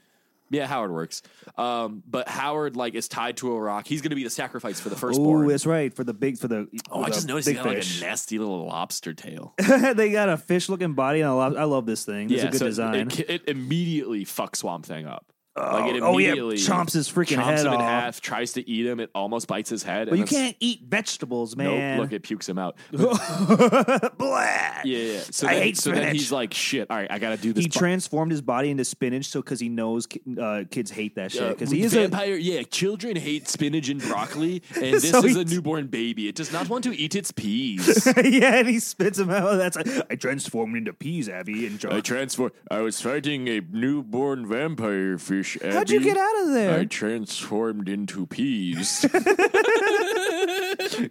Speaker 2: Yeah, Howard works. Um, but Howard like is tied to a rock. He's going to be the sacrifice for the
Speaker 3: Oh,
Speaker 2: firstborn.
Speaker 3: that's right. For the big, for the
Speaker 2: oh,
Speaker 3: for
Speaker 2: I
Speaker 3: the
Speaker 2: just noticed he
Speaker 3: big
Speaker 2: got like
Speaker 3: fish.
Speaker 2: a nasty little lobster tail.
Speaker 3: they got a fish looking body and a lot. I love this thing. It's a good
Speaker 2: so it-
Speaker 3: design.
Speaker 2: It, it immediately fucks Swamp Thing up.
Speaker 3: oh, yeah, chomps his freaking
Speaker 2: chomps
Speaker 3: head
Speaker 2: him in
Speaker 3: off.
Speaker 2: half, tries to eat him. It almost bites his head.
Speaker 3: but
Speaker 2: and
Speaker 3: you
Speaker 2: then-
Speaker 3: can't eat vegetables,
Speaker 2: Nope,
Speaker 3: man.
Speaker 2: look, it pukes him out. Yeah,
Speaker 3: Blah.
Speaker 2: yeah. yeah. So
Speaker 3: I
Speaker 2: then,
Speaker 3: hate
Speaker 2: so then
Speaker 3: spinach.
Speaker 2: he's like, shit. All right, I got to do this.
Speaker 3: He
Speaker 2: bu-
Speaker 3: transformed his body into spinach, so because he knows ki- uh, kids hate that shit. Because
Speaker 2: uh,
Speaker 3: he is a
Speaker 2: vampire. Yeah, children hate spinach and broccoli, and this
Speaker 3: So
Speaker 2: is
Speaker 3: he-
Speaker 2: a newborn baby. It does not want to eat its peas.
Speaker 3: yeah, and he spits him out. That's I transformed into peas, Abby. And
Speaker 2: I
Speaker 3: John.
Speaker 2: transform. I was fighting a newborn vampire fish.
Speaker 3: How'd you
Speaker 2: Abby.
Speaker 3: get out of there?
Speaker 2: I transformed into peas.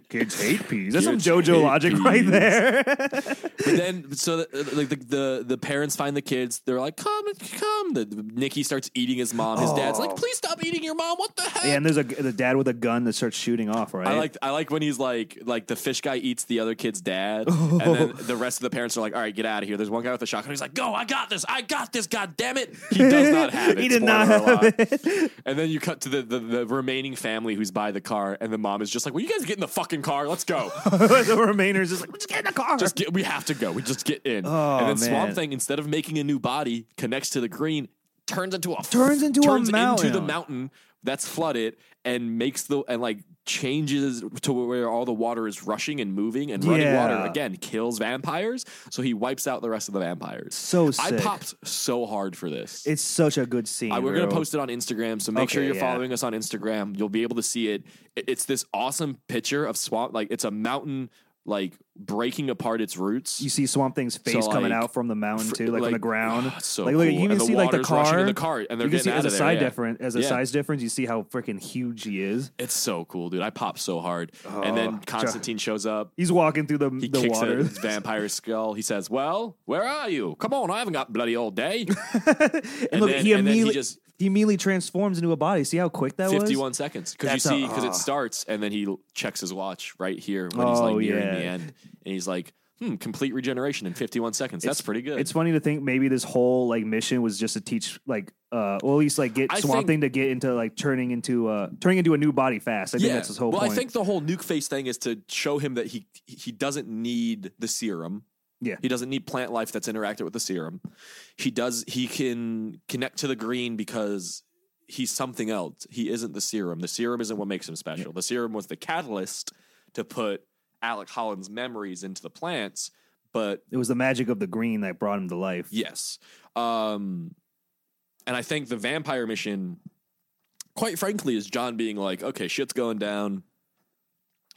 Speaker 3: kids hate peas. That's
Speaker 2: Kids
Speaker 3: some JoJo
Speaker 2: hate
Speaker 3: logic right
Speaker 2: peas.
Speaker 3: there.
Speaker 2: But then, so uh, like the, the the parents find the kids. They're like, "Come, come!" The, Nikki starts eating his mom. His dad's like, "Please stop eating your mom! What the heck?"
Speaker 3: yeah, and there's a the dad with a gun that starts shooting off. Right.
Speaker 2: I like I like when he's like like the fish guy eats the other kid's dad, and then the rest of the parents are like, "All right, get out of here." There's one guy with a shotgun. He's like, "Go! I got this! I got this! God damn it!" He does not have it.
Speaker 3: He did not
Speaker 2: Spoiler
Speaker 3: have
Speaker 2: alert. And then you cut to the, the the remaining family who's by the car, and the mom is just like, "Will you guys get in the fucking car? Let's go!"
Speaker 3: the remainers just like just get in the car.
Speaker 2: Just get, we have to go. We just get in.
Speaker 3: Oh,
Speaker 2: and then Swamp
Speaker 3: man.
Speaker 2: Thing, instead of making a new body, connects to the green, turns into a
Speaker 3: Turns into a
Speaker 2: turns
Speaker 3: mountain.
Speaker 2: into the mountain that's flooded, and makes the and like changes to where all the water is rushing and moving and running
Speaker 3: Yeah.
Speaker 2: water again kills vampires. So he wipes out the rest of the vampires.
Speaker 3: so
Speaker 2: I
Speaker 3: sick.
Speaker 2: popped so hard for this.
Speaker 3: It's such a good scene.
Speaker 2: I- we're going to
Speaker 3: bro.
Speaker 2: post it on Instagram, so make sure
Speaker 3: Okay,
Speaker 2: you're
Speaker 3: yeah.
Speaker 2: following us on Instagram. You'll be able to see it. I- It's this awesome picture of swamp, like it's a mountain, like breaking apart its roots.
Speaker 3: You see Swamp Thing's face
Speaker 2: So,
Speaker 3: coming
Speaker 2: like,
Speaker 3: out from the mountain
Speaker 2: fr-
Speaker 3: too, like, on the ground.
Speaker 2: ah, it's so
Speaker 3: like look,
Speaker 2: cool.
Speaker 3: you can
Speaker 2: and the
Speaker 3: see like the
Speaker 2: water's rushing
Speaker 3: car.
Speaker 2: in the cart, and they're
Speaker 3: you can
Speaker 2: getting
Speaker 3: see
Speaker 2: out
Speaker 3: as
Speaker 2: of
Speaker 3: a
Speaker 2: there.
Speaker 3: side
Speaker 2: yeah.
Speaker 3: different as a
Speaker 2: Yeah.
Speaker 3: size difference, you see how freaking huge he is.
Speaker 2: It's so cool, dude. I popped so hard, and then
Speaker 3: Oh,
Speaker 2: Constantine shows up.
Speaker 3: He's walking through the
Speaker 2: He
Speaker 3: the
Speaker 2: kicks
Speaker 3: water.
Speaker 2: a vampire skull. He says, "Well, where are you? Come on, I haven't got bloody all day."
Speaker 3: and look,
Speaker 2: then-
Speaker 3: he
Speaker 2: and then he
Speaker 3: immediately
Speaker 2: just-
Speaker 3: he immediately transforms into a body. See how quick that was?
Speaker 2: Fifty-one seconds, because you
Speaker 3: That's a-
Speaker 2: see, because
Speaker 3: ah.
Speaker 2: it starts, and then he l- checks his watch right here when he's like
Speaker 3: Oh,
Speaker 2: nearing
Speaker 3: yeah.
Speaker 2: the end, and he's like, "Hmm, complete regeneration in fifty-one seconds. That's pretty good."
Speaker 3: It's funny to think maybe this whole like mission was just to teach like uh well at least like get
Speaker 2: I
Speaker 3: Swamp
Speaker 2: think-
Speaker 3: Thing to get into like turning into uh turning into a new body fast. I think that's his whole
Speaker 2: well,
Speaker 3: point.
Speaker 2: I think the whole nuke face thing is to show him that he he doesn't need the serum.
Speaker 3: Yeah.
Speaker 2: he doesn't need plant life that's interacted with the serum. He does. He can connect to the green because he's something else. He isn't the serum. The serum isn't what makes him special. The serum was the catalyst to put Alec Holland's memories into the plants. But
Speaker 3: it was the magic of the green that brought him to life.
Speaker 2: Yes. Um, and I think the vampire mission, quite frankly, is John being like, okay, shit's going down.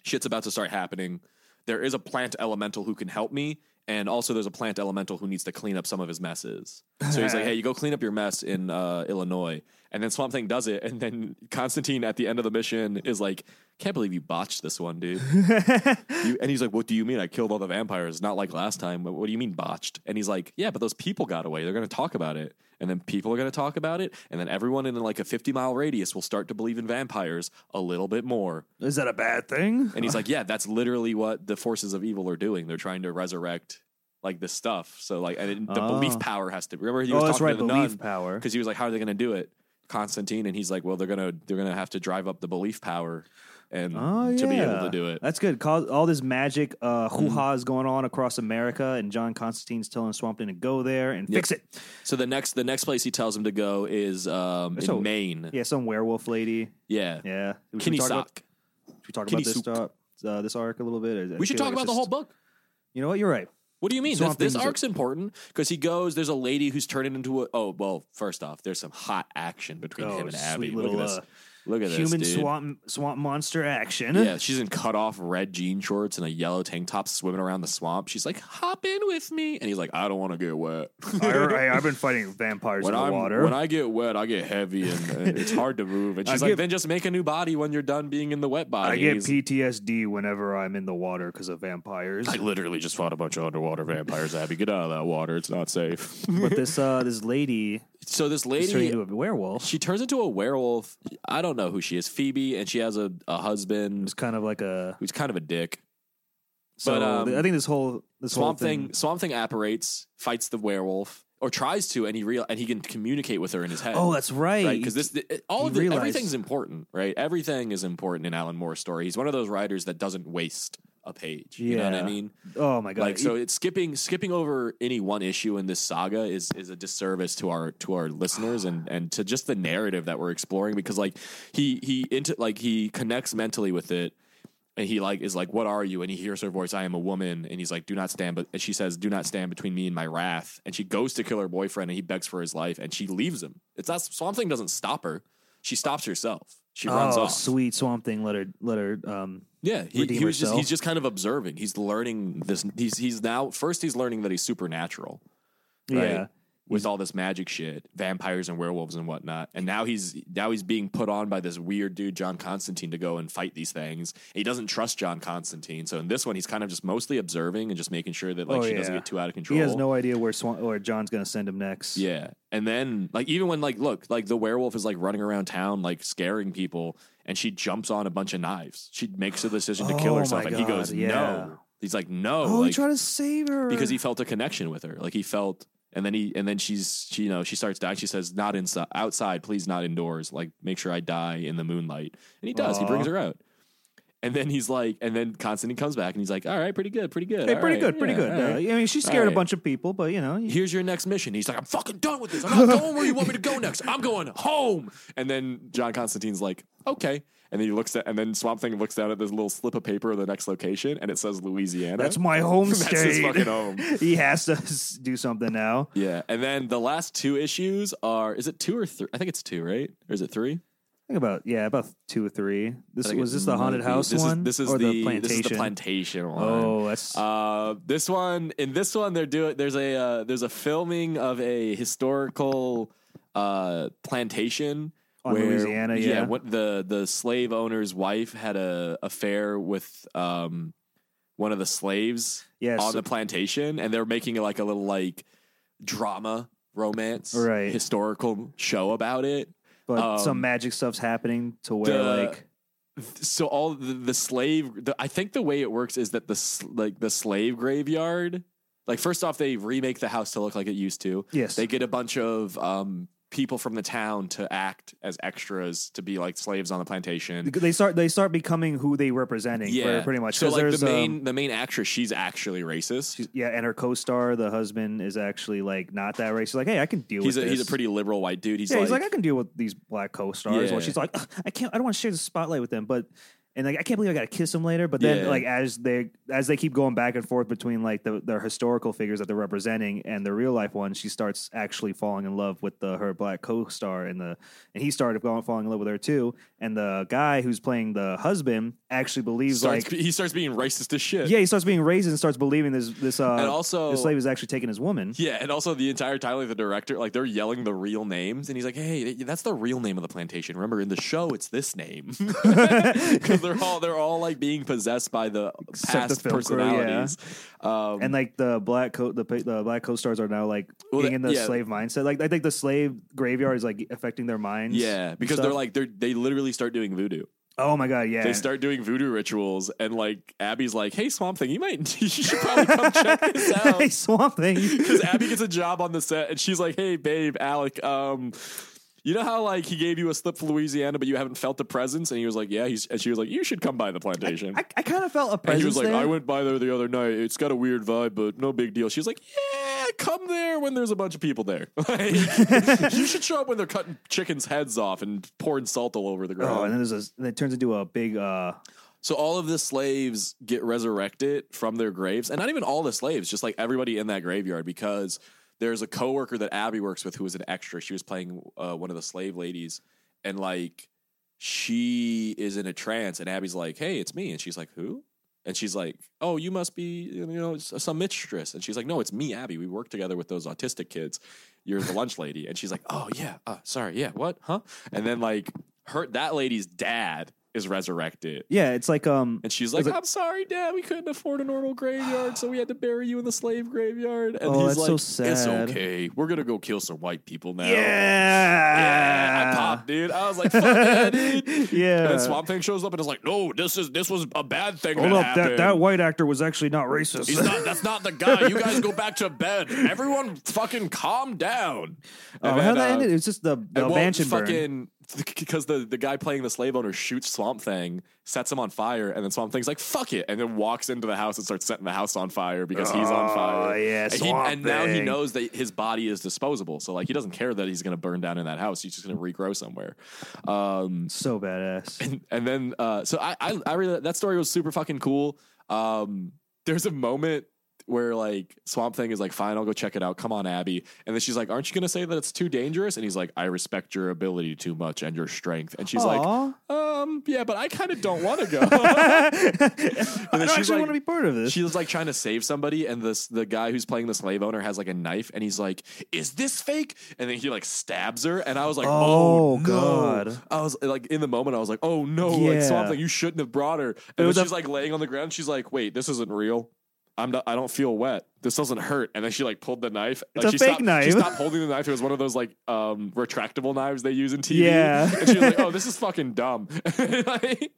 Speaker 2: Shit's about to start happening. There is a plant elemental who can help me. And also, there's a plant elemental who needs to clean up some of his messes. So he's like, hey, you go clean up your mess in uh, Illinois. And then Swamp Thing does it. And then Constantine at the end of the mission is like, can't believe you botched this one, dude. You, and he's like, "What do you mean? I killed all the vampires? Not like last time. What, what do you mean botched?" And he's like, "Yeah, but those people got away. They're going to talk about it, and then people are going to talk about it, and then everyone in like a fifty mile radius will start to believe in vampires a little bit more."
Speaker 3: Is that a bad thing?
Speaker 2: And he's like, "Yeah, that's literally what the forces of evil are doing. They're trying to resurrect like this stuff. So like, and it- the
Speaker 3: Oh.
Speaker 2: belief power has to remember he was
Speaker 3: oh, that's
Speaker 2: talking
Speaker 3: right,
Speaker 2: to the
Speaker 3: belief
Speaker 2: nun
Speaker 3: power.
Speaker 2: because he was like, "How are they going to do it?" Constantine, and he's like, "Well, they're gonna they're gonna have to drive up the belief power." And
Speaker 3: Oh, yeah.
Speaker 2: to be able to do it, Mm.
Speaker 3: That's good. Call, all this magic uh, hoo ha is going on across America, and John Constantine's telling Swamp Thing to go there and
Speaker 2: Yep.
Speaker 3: fix it.
Speaker 2: So the next the next place he tells him to go is um, in
Speaker 3: So-
Speaker 2: Maine. Yeah.
Speaker 3: Yeah, some werewolf lady. Yeah. We- should we
Speaker 2: Kenny
Speaker 3: talk about,
Speaker 2: Sock.
Speaker 3: should we talk
Speaker 2: Kenny
Speaker 3: about this,
Speaker 2: Sook.
Speaker 3: uh, uh, this arc a little bit? I- I
Speaker 2: We should talk
Speaker 3: feel like
Speaker 2: about
Speaker 3: it's
Speaker 2: the whole
Speaker 3: just-
Speaker 2: book.
Speaker 3: You know what? You're right.
Speaker 2: What do you mean? This,
Speaker 3: Swamp
Speaker 2: this
Speaker 3: Thing's a-
Speaker 2: arc's important because he goes. There's a lady who's turning into a. Oh well, first off, there's some hot action between
Speaker 3: Oh,
Speaker 2: him and
Speaker 3: sweet
Speaker 2: Abby. Look
Speaker 3: little,
Speaker 2: at this.
Speaker 3: uh,
Speaker 2: Look at
Speaker 3: Human
Speaker 2: this, dude.
Speaker 3: swamp, swamp monster action.
Speaker 2: Yeah, she's in cut off red jean shorts and a yellow tank top, swimming around the swamp. She's like, "Hop in with me," and he's like, "I don't want to get wet."
Speaker 3: I, have been fighting vampires
Speaker 2: when
Speaker 3: in the
Speaker 2: I'm
Speaker 3: water.
Speaker 2: when I get wet, I get heavy and, and it's hard to move. And
Speaker 3: I
Speaker 2: she's
Speaker 3: get-
Speaker 2: like, "Then just make a new body when you're done being in the wet body."
Speaker 3: I
Speaker 2: And
Speaker 3: get
Speaker 2: he's-
Speaker 3: PTSD whenever I'm in the water because of vampires.
Speaker 2: I literally just fought a bunch of underwater vampires, Abby. Get out of that water. It's not safe.
Speaker 3: but this uh, this lady,
Speaker 2: so this
Speaker 3: is turning
Speaker 2: lady,
Speaker 3: into a werewolf.
Speaker 2: she turns into a werewolf. I don't know who she is, Phoebe, and she has a, a husband
Speaker 3: It's kind of like a
Speaker 2: who's kind of a dick.
Speaker 3: So
Speaker 2: But, um,
Speaker 3: th- I think this whole this
Speaker 2: Swamp
Speaker 3: whole thing,
Speaker 2: thing, Swamp Thing apparates, fights the werewolf, or tries to, and he real and he can communicate with her in his head.
Speaker 3: Oh, that's right.
Speaker 2: right because this it- all of
Speaker 3: he
Speaker 2: the,
Speaker 3: realized-
Speaker 2: everything's important right everything is important in alan moore's story he's one of those writers that doesn't waste a page you know what
Speaker 3: Yeah.
Speaker 2: i mean
Speaker 3: oh my god.
Speaker 2: like so it's skipping skipping over any one issue in this saga is is a disservice to our to our listeners and and to just the narrative that we're exploring because like he he into like he connects mentally with it and he like is like what are you and he hears her voice i am a woman and he's like do not stand but and she says do not stand between me and my wrath and she goes to kill her boyfriend and he begs for his life and she leaves him it's not swamp thing doesn't stop her she stops herself she runs
Speaker 3: oh,
Speaker 2: off
Speaker 3: sweet Swamp Thing. Let her. Let her. Um,
Speaker 2: yeah, he,
Speaker 3: redeem
Speaker 2: he was just
Speaker 3: herself.
Speaker 2: he's just kind of observing. He's learning this. He's he's now first he's learning that he's supernatural. right?
Speaker 3: Yeah.
Speaker 2: With all this magic shit, vampires and werewolves and whatnot, and now he's now he's being put on by this weird dude John Constantine to go and fight these things. He doesn't trust John Constantine, so in this one he's kind of just mostly observing and just making sure that like
Speaker 3: Oh,
Speaker 2: she doesn't
Speaker 3: yeah.
Speaker 2: get too out of control.
Speaker 3: He has no idea where Swamp or John's gonna send him next.
Speaker 2: Yeah. And then like even when like look, like the werewolf is like running around town like scaring people and she jumps on a bunch of knives. She makes the decision to
Speaker 3: Oh
Speaker 2: kill
Speaker 3: my
Speaker 2: herself and he
Speaker 3: God,
Speaker 2: goes,
Speaker 3: yeah.
Speaker 2: "No." He's like, "No."
Speaker 3: Oh, he
Speaker 2: like,
Speaker 3: tried to save her
Speaker 2: because he felt a connection with her. Like he felt and then he and then she's she you know, she starts dying. She says, "Not inside outside, please not indoors. Like make sure I die in the moonlight." And he does. He
Speaker 3: Aw.
Speaker 2: brings her out. And then he's like, and then Constantine comes back and he's like, "All right, pretty good, pretty good,
Speaker 3: Hey,
Speaker 2: all
Speaker 3: pretty
Speaker 2: right,
Speaker 3: good, pretty
Speaker 2: yeah,
Speaker 3: good.
Speaker 2: all
Speaker 3: Uh,
Speaker 2: right."
Speaker 3: I mean, she scared a
Speaker 2: right.
Speaker 3: bunch of people, but you know, you-
Speaker 2: here's your next mission. He's like, I'm fucking done with this. I'm not going where you want me to go next. I'm going home. And then John Constantine's like, okay. And then he looks at, and then Swamp Thing looks down at this little slip of paper of the next location, and it says Louisiana.
Speaker 3: that's my home
Speaker 2: That's
Speaker 3: state.
Speaker 2: his fucking home.
Speaker 3: he has to do something now.
Speaker 2: Yeah. And then the last two issues are, is it two or three? I think it's two, right? Or is it three?
Speaker 3: Think about yeah, about two or three.
Speaker 2: I
Speaker 3: This
Speaker 2: think
Speaker 3: was
Speaker 2: it
Speaker 3: this the
Speaker 2: might
Speaker 3: haunted
Speaker 2: be.
Speaker 3: house
Speaker 2: this
Speaker 3: one.
Speaker 2: Is, this is
Speaker 3: or
Speaker 2: the,
Speaker 3: the plantation.
Speaker 2: This is the plantation one.
Speaker 3: Oh, that's
Speaker 2: Uh, this one in this one they're doing there's a uh, there's a filming of a historical uh, plantation
Speaker 3: On Louisiana, yeah.
Speaker 2: what, the the slave owner's wife had a affair with um one of the slaves
Speaker 3: yes.
Speaker 2: on the plantation, and they're making like a little like drama romance
Speaker 3: Right.
Speaker 2: historical show about it.
Speaker 3: but
Speaker 2: um,
Speaker 3: some magic stuff's happening to where
Speaker 2: the-
Speaker 3: like
Speaker 2: So all the, the slave, the, I think the way it works is that the s- like the slave graveyard. Like first off, they remake the house to look like it used to.
Speaker 3: yes,
Speaker 2: They get a bunch of um, people from the town to act as extras to be like slaves on the plantation.
Speaker 3: they start they start becoming who they representing.
Speaker 2: Yeah,
Speaker 3: pre- pretty much.
Speaker 2: So
Speaker 3: 'Cause
Speaker 2: like the
Speaker 3: there's, um,
Speaker 2: main the main actress, she's actually racist.
Speaker 3: she's- yeah, and her co-star, the husband, is actually like not that racist. She's like, hey, I can deal
Speaker 2: he's a
Speaker 3: with this.
Speaker 2: he's a pretty liberal white dude. He's
Speaker 3: yeah,
Speaker 2: like,
Speaker 3: he's like, I can deal with these black co-stars.
Speaker 2: Yeah.
Speaker 3: Well, she's like, "Ugh, I can't, I don't want to share the spotlight with them, but. And like I can't believe I got to kiss him later, but then
Speaker 2: Yeah.
Speaker 3: like as they as they keep going back and forth between like the their historical figures that they're representing and the real life ones, she starts actually falling in love with the her black co-star and the and he started going falling in love with her too. And the guy who's playing the husband actually believes
Speaker 2: starts,
Speaker 3: like
Speaker 2: he starts being racist as shit.
Speaker 3: yeah he starts being raised and starts believing this this uh
Speaker 2: and also
Speaker 3: this slave is actually taking his woman.
Speaker 2: Yeah, and also the entire time, like the director, like they're yelling the real names, and he's like, "Hey, that's the real name of the plantation. Remember, in the show, it's this name because they're all they're all like being possessed by the
Speaker 3: Except the
Speaker 2: past
Speaker 3: film crew,
Speaker 2: personalities." Um,
Speaker 3: and like the black co- the, pa- the black co-stars are now like
Speaker 2: Well,
Speaker 3: being in the
Speaker 2: yeah.
Speaker 3: slave mindset like i think the slave graveyard is like affecting their minds
Speaker 2: yeah,
Speaker 3: and
Speaker 2: because
Speaker 3: stuff.
Speaker 2: they're like they are they literally start doing voodoo.
Speaker 3: oh my god yeah
Speaker 2: They start doing voodoo rituals, and like Abby's like, "Hey, Swamp Thing, you might you should probably oh, come check this out."
Speaker 3: hey swamp thing
Speaker 2: because Abby gets a job on the set, and she's like, "Hey, babe, Alec, um, you know how like he gave you a slip for Louisiana, but you haven't felt the presence?" And he was like, "Yeah," he's, and she was like, "You should come by the plantation."
Speaker 3: i, I kind of felt a
Speaker 2: and
Speaker 3: presence
Speaker 2: he was like,
Speaker 3: there.
Speaker 2: "I went by there the other night. It's got a weird vibe, but no big deal." She's like, "Yeah, come there when there's a bunch of people there. Like, you should show up when they're cutting chickens' heads off and pouring salt all over the ground."
Speaker 3: oh and then there's a and it turns into a big uh
Speaker 2: So all of the slaves get resurrected from their graves, and not even all the slaves, just like everybody in that graveyard, because there's a coworker that Abby works with who was an extra. She was playing uh, one of the slave ladies, and like she is in a trance, and Abby's like, "Hey, it's me," and she's like, "Who?" And she's like, "Oh, you must be, you know, s- some mistress." And she's like, "No, it's me, Abby. We work together with those autistic kids. You're the lunch lady." And she's like, "Oh yeah, uh, sorry, yeah, what, huh?" And then like her that lady's dad is resurrected.
Speaker 3: Yeah, it's like um,
Speaker 2: And she's like,
Speaker 3: like-
Speaker 2: "I'm sorry, Dad. We couldn't afford a normal graveyard, so we had to bury you in the slave graveyard." And
Speaker 3: Oh,
Speaker 2: he's
Speaker 3: that's
Speaker 2: like,
Speaker 3: so
Speaker 2: "It's
Speaker 3: sad."
Speaker 2: okay. We're gonna go kill some white people now."
Speaker 3: yeah,
Speaker 2: Yeah, I popped, dude. I was like, "Fuck yeah, dude!" And
Speaker 3: yeah.
Speaker 2: then Swamp Thing shows up and is like, "No, this is this was a bad thing
Speaker 3: Hold
Speaker 2: that
Speaker 3: up, that,
Speaker 2: happened."
Speaker 3: that white actor was actually not racist.
Speaker 2: He's not. That's not the guy. You guys go back to bed. Everyone, fucking calm down.
Speaker 3: oh,
Speaker 2: And then,
Speaker 3: how that
Speaker 2: uh,
Speaker 3: ended? It was just the, the
Speaker 2: and well,
Speaker 3: mansion burn.
Speaker 2: fucking because the the guy playing the slave owner shoots Swamp Thing, sets him on fire, and then Swamp Thing's like, "Fuck it," and then walks into the house and starts setting the house on fire because he's on
Speaker 3: Oh,
Speaker 2: fire.
Speaker 3: yeah,
Speaker 2: and, he-
Speaker 3: Swamp
Speaker 2: and now he
Speaker 3: Thing.
Speaker 2: knows that his body is disposable, so like he doesn't care that he's gonna burn down in that house. He's just gonna regrow somewhere. Um,
Speaker 3: So badass.
Speaker 2: and, and then uh so I, I i really that story was super fucking cool um there's a moment where like swamp thing is like fine i'll go check it out come on abby and then she's like aren't you gonna say that it's too dangerous and he's like i respect your ability too much and your strength and she's
Speaker 3: Aw.
Speaker 2: like um yeah but i kind of don't want to go
Speaker 3: I
Speaker 2: then
Speaker 3: don't
Speaker 2: she's
Speaker 3: actually
Speaker 2: like-
Speaker 3: want to be part of this.
Speaker 2: she was like trying to save somebody and this the guy who's playing the slave owner has like a knife and he's like is this fake and then he like stabs her and i was like oh,
Speaker 3: Oh,
Speaker 2: no.
Speaker 3: God.
Speaker 2: i was like in the moment i was like oh no like
Speaker 3: Yeah.
Speaker 2: something you shouldn't have brought her and then
Speaker 3: was a-
Speaker 2: she's like laying on the ground she's like wait this isn't real I'm not, I don't feel wet. This doesn't hurt. And then she like pulled the knife.
Speaker 3: It's
Speaker 2: Like,
Speaker 3: a
Speaker 2: she
Speaker 3: fake
Speaker 2: stopped, She
Speaker 3: knife.
Speaker 2: stopped holding the knife. It was one of those like um retractable knives they use in TV.
Speaker 3: Yeah.
Speaker 2: And she was like, "Oh, this is fucking dumb." Like,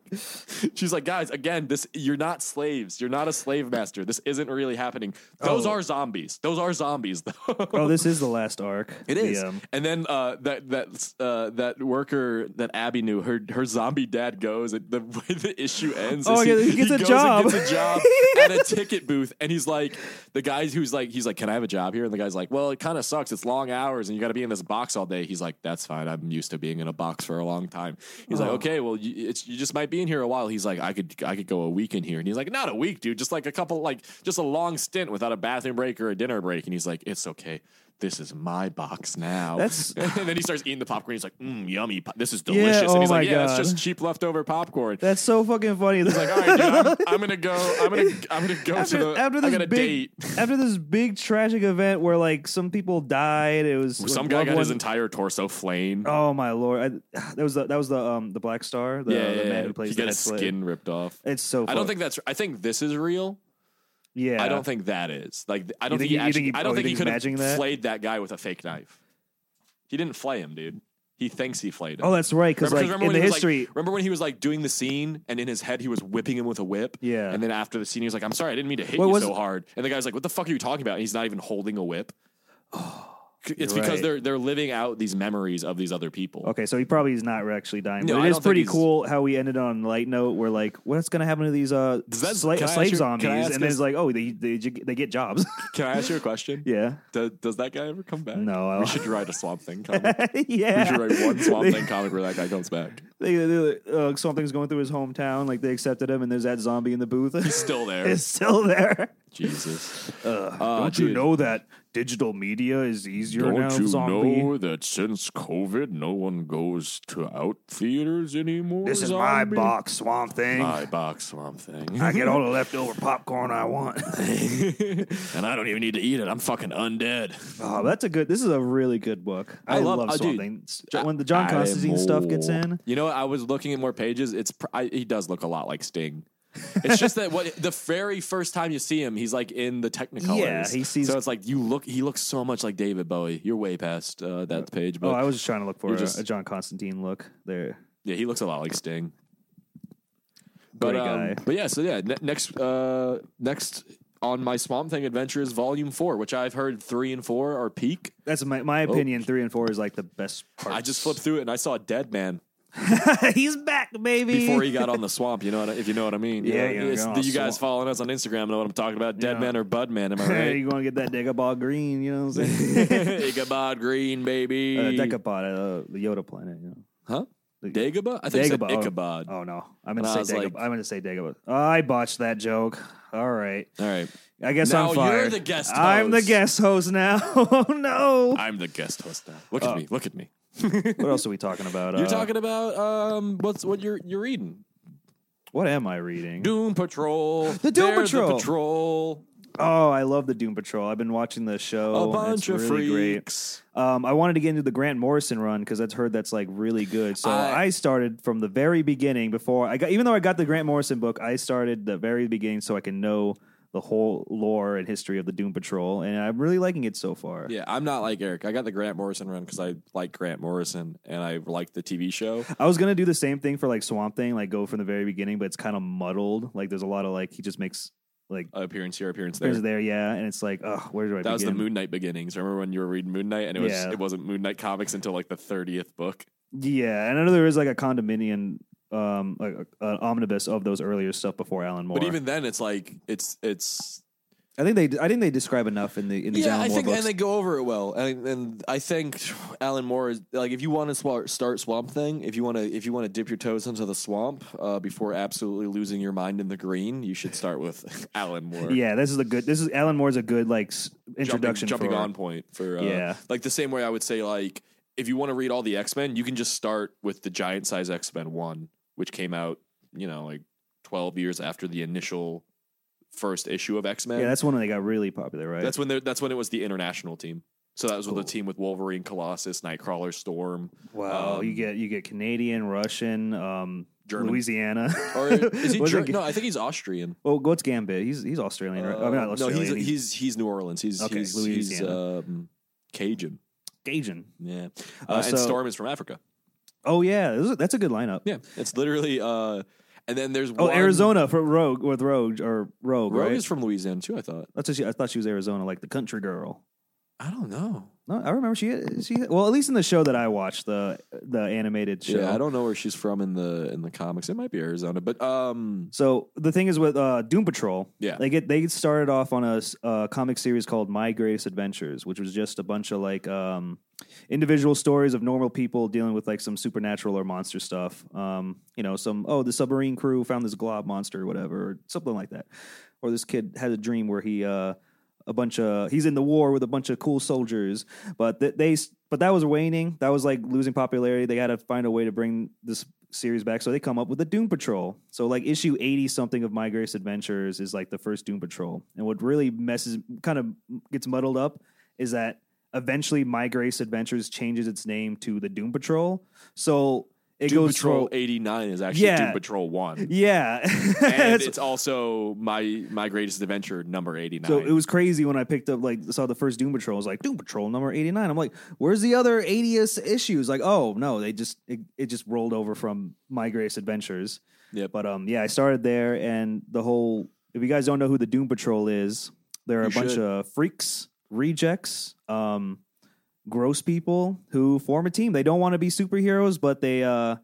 Speaker 2: she's like, "Guys, again, this you're not slaves. You're not a slave master. This isn't really happening. Those
Speaker 3: Oh.
Speaker 2: are zombies. Those are zombies, though."
Speaker 3: oh, this is the last arc.
Speaker 2: It
Speaker 3: The,
Speaker 2: is,
Speaker 3: um,
Speaker 2: and then uh, that that uh, that worker that Abby knew, her her zombie dad goes. And the way the issue ends,
Speaker 3: Oh,
Speaker 2: is
Speaker 3: yeah, he gets a
Speaker 2: goes
Speaker 3: job.
Speaker 2: And gets a job at a ticket booth, and he's like, the guy who's like, he's like, "Can I have a job here?" And the guy's like, "Well, it kind of sucks. It's long hours, and you got to be in this box all day." He's like, "That's fine. I'm used to being in a box for a long time." He's like,
Speaker 3: Oh.
Speaker 2: "Okay, well, you, it's you just might be in here a while." He's like, "I could I could go a week in here," and he's like, "Not a week, dude. Just like a couple, like just a long stint without a bathroom break or a dinner break." And he's like, "It's okay." This is my box now.
Speaker 3: That's-
Speaker 2: and then he starts eating the popcorn. He's like, mm, yummy. po- This is
Speaker 3: Yeah,
Speaker 2: delicious. and
Speaker 3: oh
Speaker 2: he's like,
Speaker 3: my
Speaker 2: yeah, it's
Speaker 3: God.
Speaker 2: just cheap leftover popcorn.
Speaker 3: that's so fucking funny.
Speaker 2: He's like, all right, dude, I'm, I'm gonna go. I'm gonna. I'm gonna go
Speaker 3: after,
Speaker 2: to the.
Speaker 3: after
Speaker 2: I
Speaker 3: this
Speaker 2: got a
Speaker 3: big
Speaker 2: date.
Speaker 3: after this big tragic event where like some people died, it was
Speaker 2: Some
Speaker 3: like,
Speaker 2: guy
Speaker 3: loved
Speaker 2: got his
Speaker 3: one-
Speaker 2: entire torso flamed.
Speaker 3: Oh my lord! I, that was the, that was the um the Black Star, the,
Speaker 2: yeah,
Speaker 3: the
Speaker 2: yeah,
Speaker 3: man
Speaker 2: yeah.
Speaker 3: who plays
Speaker 2: he
Speaker 3: the
Speaker 2: got
Speaker 3: head
Speaker 2: his
Speaker 3: slave.
Speaker 2: skin ripped off.
Speaker 3: It's so.
Speaker 2: I
Speaker 3: fucked.
Speaker 2: don't think that's. I think this is real.
Speaker 3: Yeah,
Speaker 2: I don't think that is. Like, th- I don't think,
Speaker 3: You think
Speaker 2: he
Speaker 3: he- you
Speaker 2: actually.
Speaker 3: think he-
Speaker 2: I don't
Speaker 3: oh, you
Speaker 2: think he
Speaker 3: think he's
Speaker 2: could
Speaker 3: matching
Speaker 2: have
Speaker 3: that?
Speaker 2: flayed that guy with a fake knife. He didn't flay him, dude. He thinks he flayed him.
Speaker 3: Oh, that's right. Because
Speaker 2: Remember,
Speaker 3: like
Speaker 2: 'cause remember
Speaker 3: in
Speaker 2: when
Speaker 3: the
Speaker 2: he was, like-
Speaker 3: history,
Speaker 2: remember when he was like doing the scene and in his head he was whipping him with a whip?
Speaker 3: Yeah.
Speaker 2: And then after the scene he was like, I'm sorry, I didn't mean to hit
Speaker 3: What
Speaker 2: you
Speaker 3: was
Speaker 2: so
Speaker 3: it?
Speaker 2: hard. And the guy's like, What the fuck are you talking about? And he's not even holding a whip. C- it's
Speaker 3: you're
Speaker 2: because
Speaker 3: right.
Speaker 2: they're they're living out these memories of these other people.
Speaker 3: okay, so he probably is not actually dying.
Speaker 2: No, I
Speaker 3: but it
Speaker 2: don't
Speaker 3: is
Speaker 2: think
Speaker 3: pretty
Speaker 2: he's-
Speaker 3: cool how we ended on a light note. Where like, what's gonna happen to these uh
Speaker 2: Does that-
Speaker 3: sla-
Speaker 2: can I ask
Speaker 3: slave
Speaker 2: you- can I
Speaker 3: zombies?
Speaker 2: ask
Speaker 3: And then
Speaker 2: this-
Speaker 3: it's like, oh, they they, they get jobs.
Speaker 2: Can I ask you a question?
Speaker 3: yeah.
Speaker 2: Does, does that guy ever come back?
Speaker 3: No, I
Speaker 2: We
Speaker 3: don't-
Speaker 2: should write a Swamp Thing comic. we
Speaker 3: yeah.
Speaker 2: should write one Swamp
Speaker 3: They-
Speaker 2: Thing comic where that guy comes back.
Speaker 3: They, they, uh, something's going through his hometown. Like they accepted him, and there's that zombie in the booth.
Speaker 2: He's still there.
Speaker 3: it's still there.
Speaker 2: Jesus.
Speaker 3: Don't you know that digital media is easier now,
Speaker 2: Don't you
Speaker 3: zombie?
Speaker 2: know that since COVID, no one goes to out theaters anymore?
Speaker 5: This is my
Speaker 2: zombie?
Speaker 5: box, Swamp Thing.
Speaker 2: My box, Swamp Thing.
Speaker 5: I get all the leftover popcorn I want.
Speaker 2: and I don't even need to eat it. I'm fucking undead.
Speaker 3: Oh, that's a good. This is a really good book. I,
Speaker 2: love-
Speaker 3: love,
Speaker 2: oh,
Speaker 3: Swamp
Speaker 2: dude.
Speaker 3: Thing. S- When the John Constantine stuff gets in,
Speaker 2: You know, I was looking at more pages. It's pr- I, he does look a lot like Sting. It's just that what the very first time you see him, he's like in the Technicolor.
Speaker 3: Yeah, he sees-
Speaker 2: So it's like you look. He looks so much like David Bowie. You're way past uh, that page, but
Speaker 3: oh, I was just trying to look for
Speaker 2: you're
Speaker 3: a,
Speaker 2: just-
Speaker 3: a John Constantine look there.
Speaker 2: yeah, he looks a lot like Sting. But
Speaker 3: Great
Speaker 2: um,
Speaker 3: guy.
Speaker 2: but yeah, so yeah, ne- next uh, next on my Swamp Thing adventure is Volume Four, which I've heard three and four are peak.
Speaker 3: That's my my opinion. Three and four is like the best part.
Speaker 2: Oh. I just flipped through it and I saw a dead man
Speaker 3: He's back, baby.
Speaker 2: before he got on the swamp. You know, what I- if you know what I mean.
Speaker 3: Yeah,
Speaker 2: you,
Speaker 3: yeah,
Speaker 2: know, it's-
Speaker 3: yeah,
Speaker 2: the- you guys
Speaker 3: swamp.
Speaker 2: following us on Instagram know what I'm talking about. Dead
Speaker 3: Yeah.
Speaker 2: man or Bud Man? Am I right?
Speaker 3: you gonna get that Dagobah green? You know what I'm saying?
Speaker 2: Dagobah Green,
Speaker 3: uh,
Speaker 2: baby.
Speaker 3: Decapod, uh, the Yoda planet. You know.
Speaker 2: huh?
Speaker 3: The-
Speaker 2: Dagobah? I think you said
Speaker 3: Dagobah, oh.
Speaker 2: Ichabod.
Speaker 3: Oh no, I'm
Speaker 2: And I
Speaker 3: gonna say
Speaker 2: was
Speaker 3: Dagobah.
Speaker 2: like-
Speaker 3: I'm gonna say Dagobah. I botched that joke. All right,
Speaker 2: All right,
Speaker 3: I guess
Speaker 2: Now
Speaker 3: I'm
Speaker 2: you're
Speaker 3: fired.
Speaker 2: the guest
Speaker 3: I'm the
Speaker 2: host.
Speaker 3: guest host now. oh no.
Speaker 2: I'm the guest host now. Look at me. Look at me.
Speaker 3: what else are we talking about?
Speaker 2: You're
Speaker 3: Oh. Uh,
Speaker 2: talking about um, what's what you're you're reading?
Speaker 3: What am I reading?
Speaker 2: Doom Patrol.
Speaker 3: Doom
Speaker 2: They're
Speaker 3: Patrol.
Speaker 2: patrol.
Speaker 3: Oh, I love the Doom Patrol. I've been watching the show.
Speaker 2: a
Speaker 3: and
Speaker 2: bunch
Speaker 3: it's
Speaker 2: of
Speaker 3: Oh, really great.
Speaker 2: freaks.
Speaker 3: Um, I wanted to get into the Grant Morrison run because I've heard that's like really good. So
Speaker 2: I-
Speaker 3: I, started from the very beginning before I got, even though I got the Grant Morrison book, I started the very beginning so I can know the whole lore and history of the Doom Patrol, and I'm really liking it so far.
Speaker 2: Yeah, I'm not like Eric. I got the Grant Morrison run because I like Grant Morrison and I like the TV show.
Speaker 3: I was gonna do the same thing for like Swamp Thing, like go from the very beginning, but it's kind of muddled. Like there's a lot of like he just makes like
Speaker 2: uh, Appearance here, appearance there.
Speaker 3: there's there, yeah, and it's like, oh, where do I?
Speaker 2: That was the
Speaker 3: begin?
Speaker 2: Moon Knight beginnings. Remember when you were reading Moon Knight and it was
Speaker 3: Yeah.
Speaker 2: it wasn't Moon Knight comics until like the thirtieth book.
Speaker 3: Yeah, and I know there is like a condominium, um, like a- an omnibus of those earlier stuff before Alan Moore.
Speaker 2: But even then, it's like it's it's
Speaker 3: I think they, I think they describe enough in the in these
Speaker 2: yeah.
Speaker 3: Alan
Speaker 2: I
Speaker 3: Moore
Speaker 2: think
Speaker 3: books.
Speaker 2: and they go over it well. And and I think Alan Moore is like if you want to swa- start Swamp Thing, if you want to if you want to dip your toes into the swamp uh, before absolutely losing your mind in the green, you should start with Alan Moore.
Speaker 3: yeah, this is a good. This is Alan Moore's a good like s- introduction.
Speaker 2: jumping,
Speaker 3: for,
Speaker 2: jumping on point for uh,
Speaker 3: Yeah.
Speaker 2: like the same way I would say like if you want to read all the X Men, you can just start with the giant size X Men one, which came out you know like twelve years after the initial first issue of X Men.
Speaker 3: Yeah, that's when they got really popular, right?
Speaker 2: that's when they're- that's when it was the international team. So that was with
Speaker 3: Cool.
Speaker 2: the team with Wolverine, Colossus, Nightcrawler, Storm.
Speaker 3: wow.
Speaker 2: um,
Speaker 3: Oh, you get you get Canadian, Russian, um,
Speaker 2: German.
Speaker 3: Louisiana.
Speaker 2: Or is he?
Speaker 3: What's
Speaker 2: Ger-
Speaker 3: it-
Speaker 2: no, I think he's Austrian.
Speaker 3: Oh, what's Gambit? He's he's Australian, right? I mean,
Speaker 2: Uh,
Speaker 3: not Australian.
Speaker 2: no, he's,
Speaker 3: he's,
Speaker 2: he's he's New Orleans. He's
Speaker 3: Okay,
Speaker 2: he's, he's
Speaker 3: Louisiana.
Speaker 2: um, Cajun.
Speaker 3: Cajun.
Speaker 2: Yeah, Uh,
Speaker 3: Uh,
Speaker 2: and
Speaker 3: so-
Speaker 2: Storm is from Africa.
Speaker 3: Oh yeah, this is- that's a good lineup.
Speaker 2: Yeah, it's literally. Uh, and then there's
Speaker 3: Oh,
Speaker 2: one-
Speaker 3: Arizona for Rogue with Rogue or
Speaker 2: Rogue
Speaker 3: Rogue, right?
Speaker 2: is from Louisiana too. I thought.
Speaker 3: That's what she, I thought she was Arizona, like the country girl.
Speaker 2: I don't know.
Speaker 3: No, I remember she she well at least in the show that I watched the the animated show.
Speaker 2: Yeah, I don't know where she's from in the in the comics. It might be Arizona, but um,
Speaker 3: So the thing is with uh, Doom Patrol,
Speaker 2: Yeah.
Speaker 3: they get they started off on a s- uh, comic series called My Greatest Adventures, which was just a bunch of like um, individual stories of normal people dealing with like some supernatural or monster stuff. Um, you know, some oh the submarine crew found this glob monster or whatever, or something like that. Or this kid had a dream where he uh, a bunch of he's in the war with a bunch of cool soldiers, but th- they s- but that was waning. That was like losing popularity. They got to find a way to bring this series back. So they come up with the Doom Patrol. So like issue 80 something of My Grace Adventures is like the first Doom Patrol. And what really messes kind of gets muddled up is that eventually My Grace Adventures changes its name to the Doom Patrol. So it
Speaker 2: Doom
Speaker 3: goes
Speaker 2: Patrol
Speaker 3: from-
Speaker 2: eighty nine is actually
Speaker 3: Yeah.
Speaker 2: Doom Patrol one,
Speaker 3: yeah.
Speaker 2: and
Speaker 3: That's-
Speaker 2: it's also my my greatest adventure number eighty nine.
Speaker 3: So it was crazy when I picked up like saw the first Doom Patrol. I was like Doom Patrol number eighty nine. I'm like, where's the other 80th issues? Like, oh no, they just it, it just rolled over from My Grace Adventures.
Speaker 2: Yep.
Speaker 3: But um, yeah, I started there, and the whole. If you guys don't know who the Doom Patrol is, there are
Speaker 2: You
Speaker 3: a bunch
Speaker 2: should.
Speaker 3: of freaks, rejects, um, gross people who form a team. They don't want to be superheroes, but they uh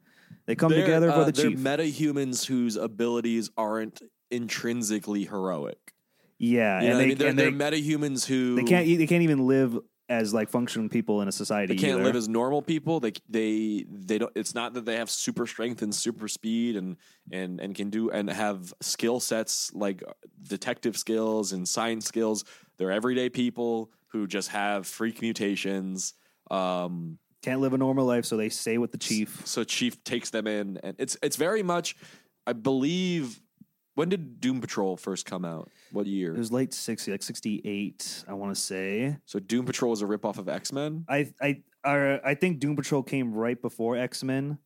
Speaker 3: they come
Speaker 2: They're,
Speaker 3: together for
Speaker 2: uh,
Speaker 3: the
Speaker 2: they're
Speaker 3: chief.
Speaker 2: meta humans whose abilities aren't intrinsically heroic. You know
Speaker 3: yeah, and
Speaker 2: what
Speaker 3: they
Speaker 2: I mean? They're,
Speaker 3: and
Speaker 2: they're
Speaker 3: they,
Speaker 2: meta humans who
Speaker 3: they can't e, they can't even live as like functioning people in a
Speaker 2: they
Speaker 3: society.
Speaker 2: can't
Speaker 3: either.
Speaker 2: live as normal people they they they don't it's not that they have super strength and super speed and and and can do and have skill sets like detective skills and science skills they're everyday people who just have freak mutations um
Speaker 3: can't live a normal life, so they stay with the chief.
Speaker 2: so chief takes them in and it's it's very much i believe when did doom patrol first come out what
Speaker 3: It
Speaker 2: year
Speaker 3: was late sixty, like sixty eight, I want to say.
Speaker 2: so doom patrol is a ripoff of x-men
Speaker 3: I I or, I think Doom Patrol came right before X Men.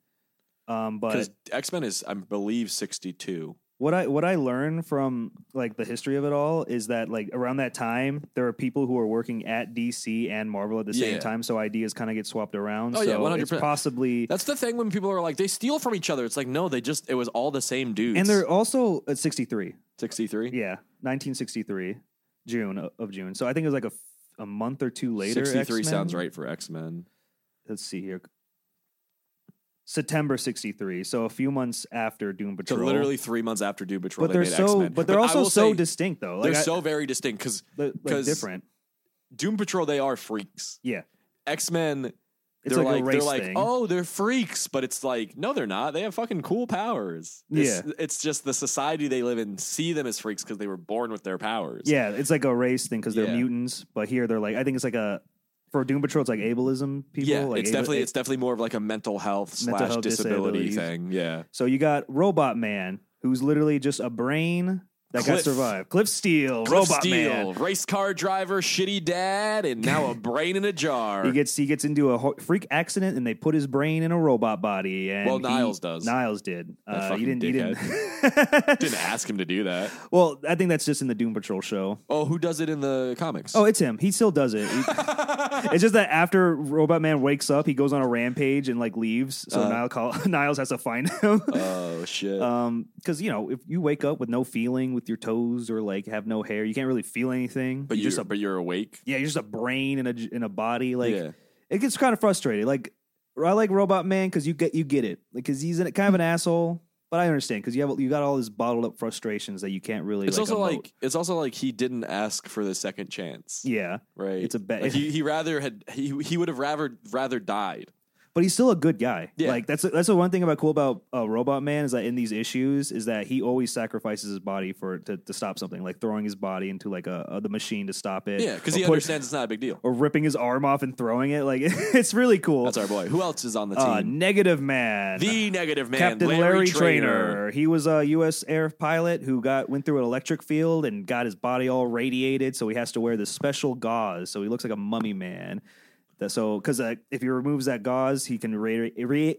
Speaker 3: Um, but
Speaker 2: because x-men is i believe 62
Speaker 3: what I what I learned from like the history of it all is that like around that time there were people who were working at DC and Marvel at the
Speaker 2: Yeah.
Speaker 3: same time, so ideas kind of get swapped around.
Speaker 2: Oh,
Speaker 3: so
Speaker 2: yeah,
Speaker 3: it's
Speaker 2: 100%.
Speaker 3: possibly
Speaker 2: That's the thing when people are like, they steal from each other. It's like, no, they just, it was all the same dudes.
Speaker 3: and they're also at sixty three.
Speaker 2: 63?
Speaker 3: Yeah, nineteen sixty three, June o- of June. So I think it was like a, f- a month or two later.
Speaker 2: 63
Speaker 3: X-Men.
Speaker 2: sounds right for X Men.
Speaker 3: let's see here. September '63, so a few months after Doom
Speaker 2: So
Speaker 3: Patrol.
Speaker 2: literally three months after Doom Patrol,
Speaker 3: but
Speaker 2: they
Speaker 3: they're
Speaker 2: made
Speaker 3: so,
Speaker 2: X-Men.
Speaker 3: but they're
Speaker 2: I
Speaker 3: also
Speaker 2: will
Speaker 3: so
Speaker 2: say,
Speaker 3: distinct though. Like,
Speaker 2: they're
Speaker 3: I-
Speaker 2: so very distinct because
Speaker 3: li- like,
Speaker 2: 'cause-
Speaker 3: different.
Speaker 2: Doom Patrol, they are freaks.
Speaker 3: Yeah.
Speaker 2: X Men,
Speaker 3: It's
Speaker 2: they're
Speaker 3: like,
Speaker 2: like,
Speaker 3: a race
Speaker 2: they're like,
Speaker 3: thing.
Speaker 2: oh, they're freaks, but it's like, no, they're not. They have fucking cool powers. It's, it's just the society they live in see them as freaks because they were born with their powers.
Speaker 3: yeah, it's like a race thing because they're
Speaker 2: Yeah.
Speaker 3: mutants. But here they're like, I think it's like a for Doom Patrol, it's like ableism people.
Speaker 2: yeah.
Speaker 3: like
Speaker 2: it's
Speaker 3: able-
Speaker 2: definitely it's definitely more of like a mental health
Speaker 3: Mental
Speaker 2: slash
Speaker 3: health
Speaker 2: disability
Speaker 3: disabilities.
Speaker 2: thing. Yeah,
Speaker 3: so you got Robot Man, who's literally just a brain That guy
Speaker 2: Cliff.
Speaker 3: survived. Cliff Steele,
Speaker 2: Cliff
Speaker 3: Robot Man.
Speaker 2: Steele, race car driver, shitty dad, and now a brain in a jar.
Speaker 3: He gets he gets into a ho- freak accident and they put his brain in a robot body. And
Speaker 2: Well,
Speaker 3: he-
Speaker 2: Niles does.
Speaker 3: Niles did. Uh, he
Speaker 2: fucking
Speaker 3: didn't. He didn't.
Speaker 2: Didn't ask him to do that.
Speaker 3: well, I think that's just in the Doom Patrol show.
Speaker 2: Oh, who does it in the comics?
Speaker 3: Oh, it's him. He still does it. He- it's just that after Robot Man wakes up, he goes on a rampage and like leaves.
Speaker 2: Uh.
Speaker 3: So Niles, call- Niles has to find him.
Speaker 2: Oh, shit.
Speaker 3: Um, because you know, if you wake up with no feeling with your toes or like have no hair, you can't really feel anything.
Speaker 2: but
Speaker 3: you're
Speaker 2: you're
Speaker 3: just a
Speaker 2: but you're awake.
Speaker 3: yeah, you're just a brain in a j- in a body. Like
Speaker 2: Yeah.
Speaker 3: it gets kind of frustrating. Like I like Robot Man because you get you get it because he's an, kind of an asshole, but I understand because you have you got all these bottled up frustrations that you can't really.
Speaker 2: It's
Speaker 3: like,
Speaker 2: also
Speaker 3: emote.
Speaker 2: like it's also like he didn't ask for the second chance,
Speaker 3: yeah,
Speaker 2: right?
Speaker 3: it's a bad-
Speaker 2: Like he, he rather had he he would have rather rather died.
Speaker 3: but he's still a good guy.
Speaker 2: Yeah.
Speaker 3: Like that's that's the one thing about cool about uh, Robot Man is that in these issues is that he always sacrifices his body for to, to stop something, like throwing his body into like a, a the machine to stop it.
Speaker 2: Yeah, because
Speaker 3: or
Speaker 2: he
Speaker 3: push-
Speaker 2: understands it's not a big deal.
Speaker 3: or ripping his arm off and throwing it. Like it's really cool.
Speaker 2: That's our boy. Who else is on the
Speaker 3: uh,
Speaker 2: team?
Speaker 3: negative man.
Speaker 2: the negative man,
Speaker 3: Captain
Speaker 2: Larry, Trainer.
Speaker 3: He was a U.S. air pilot who got went through an electric field and got his body all radiated, so he has to wear this special gauze, so he looks like a mummy man. That- So, because uh, if he removes that gauze, he can radi- re-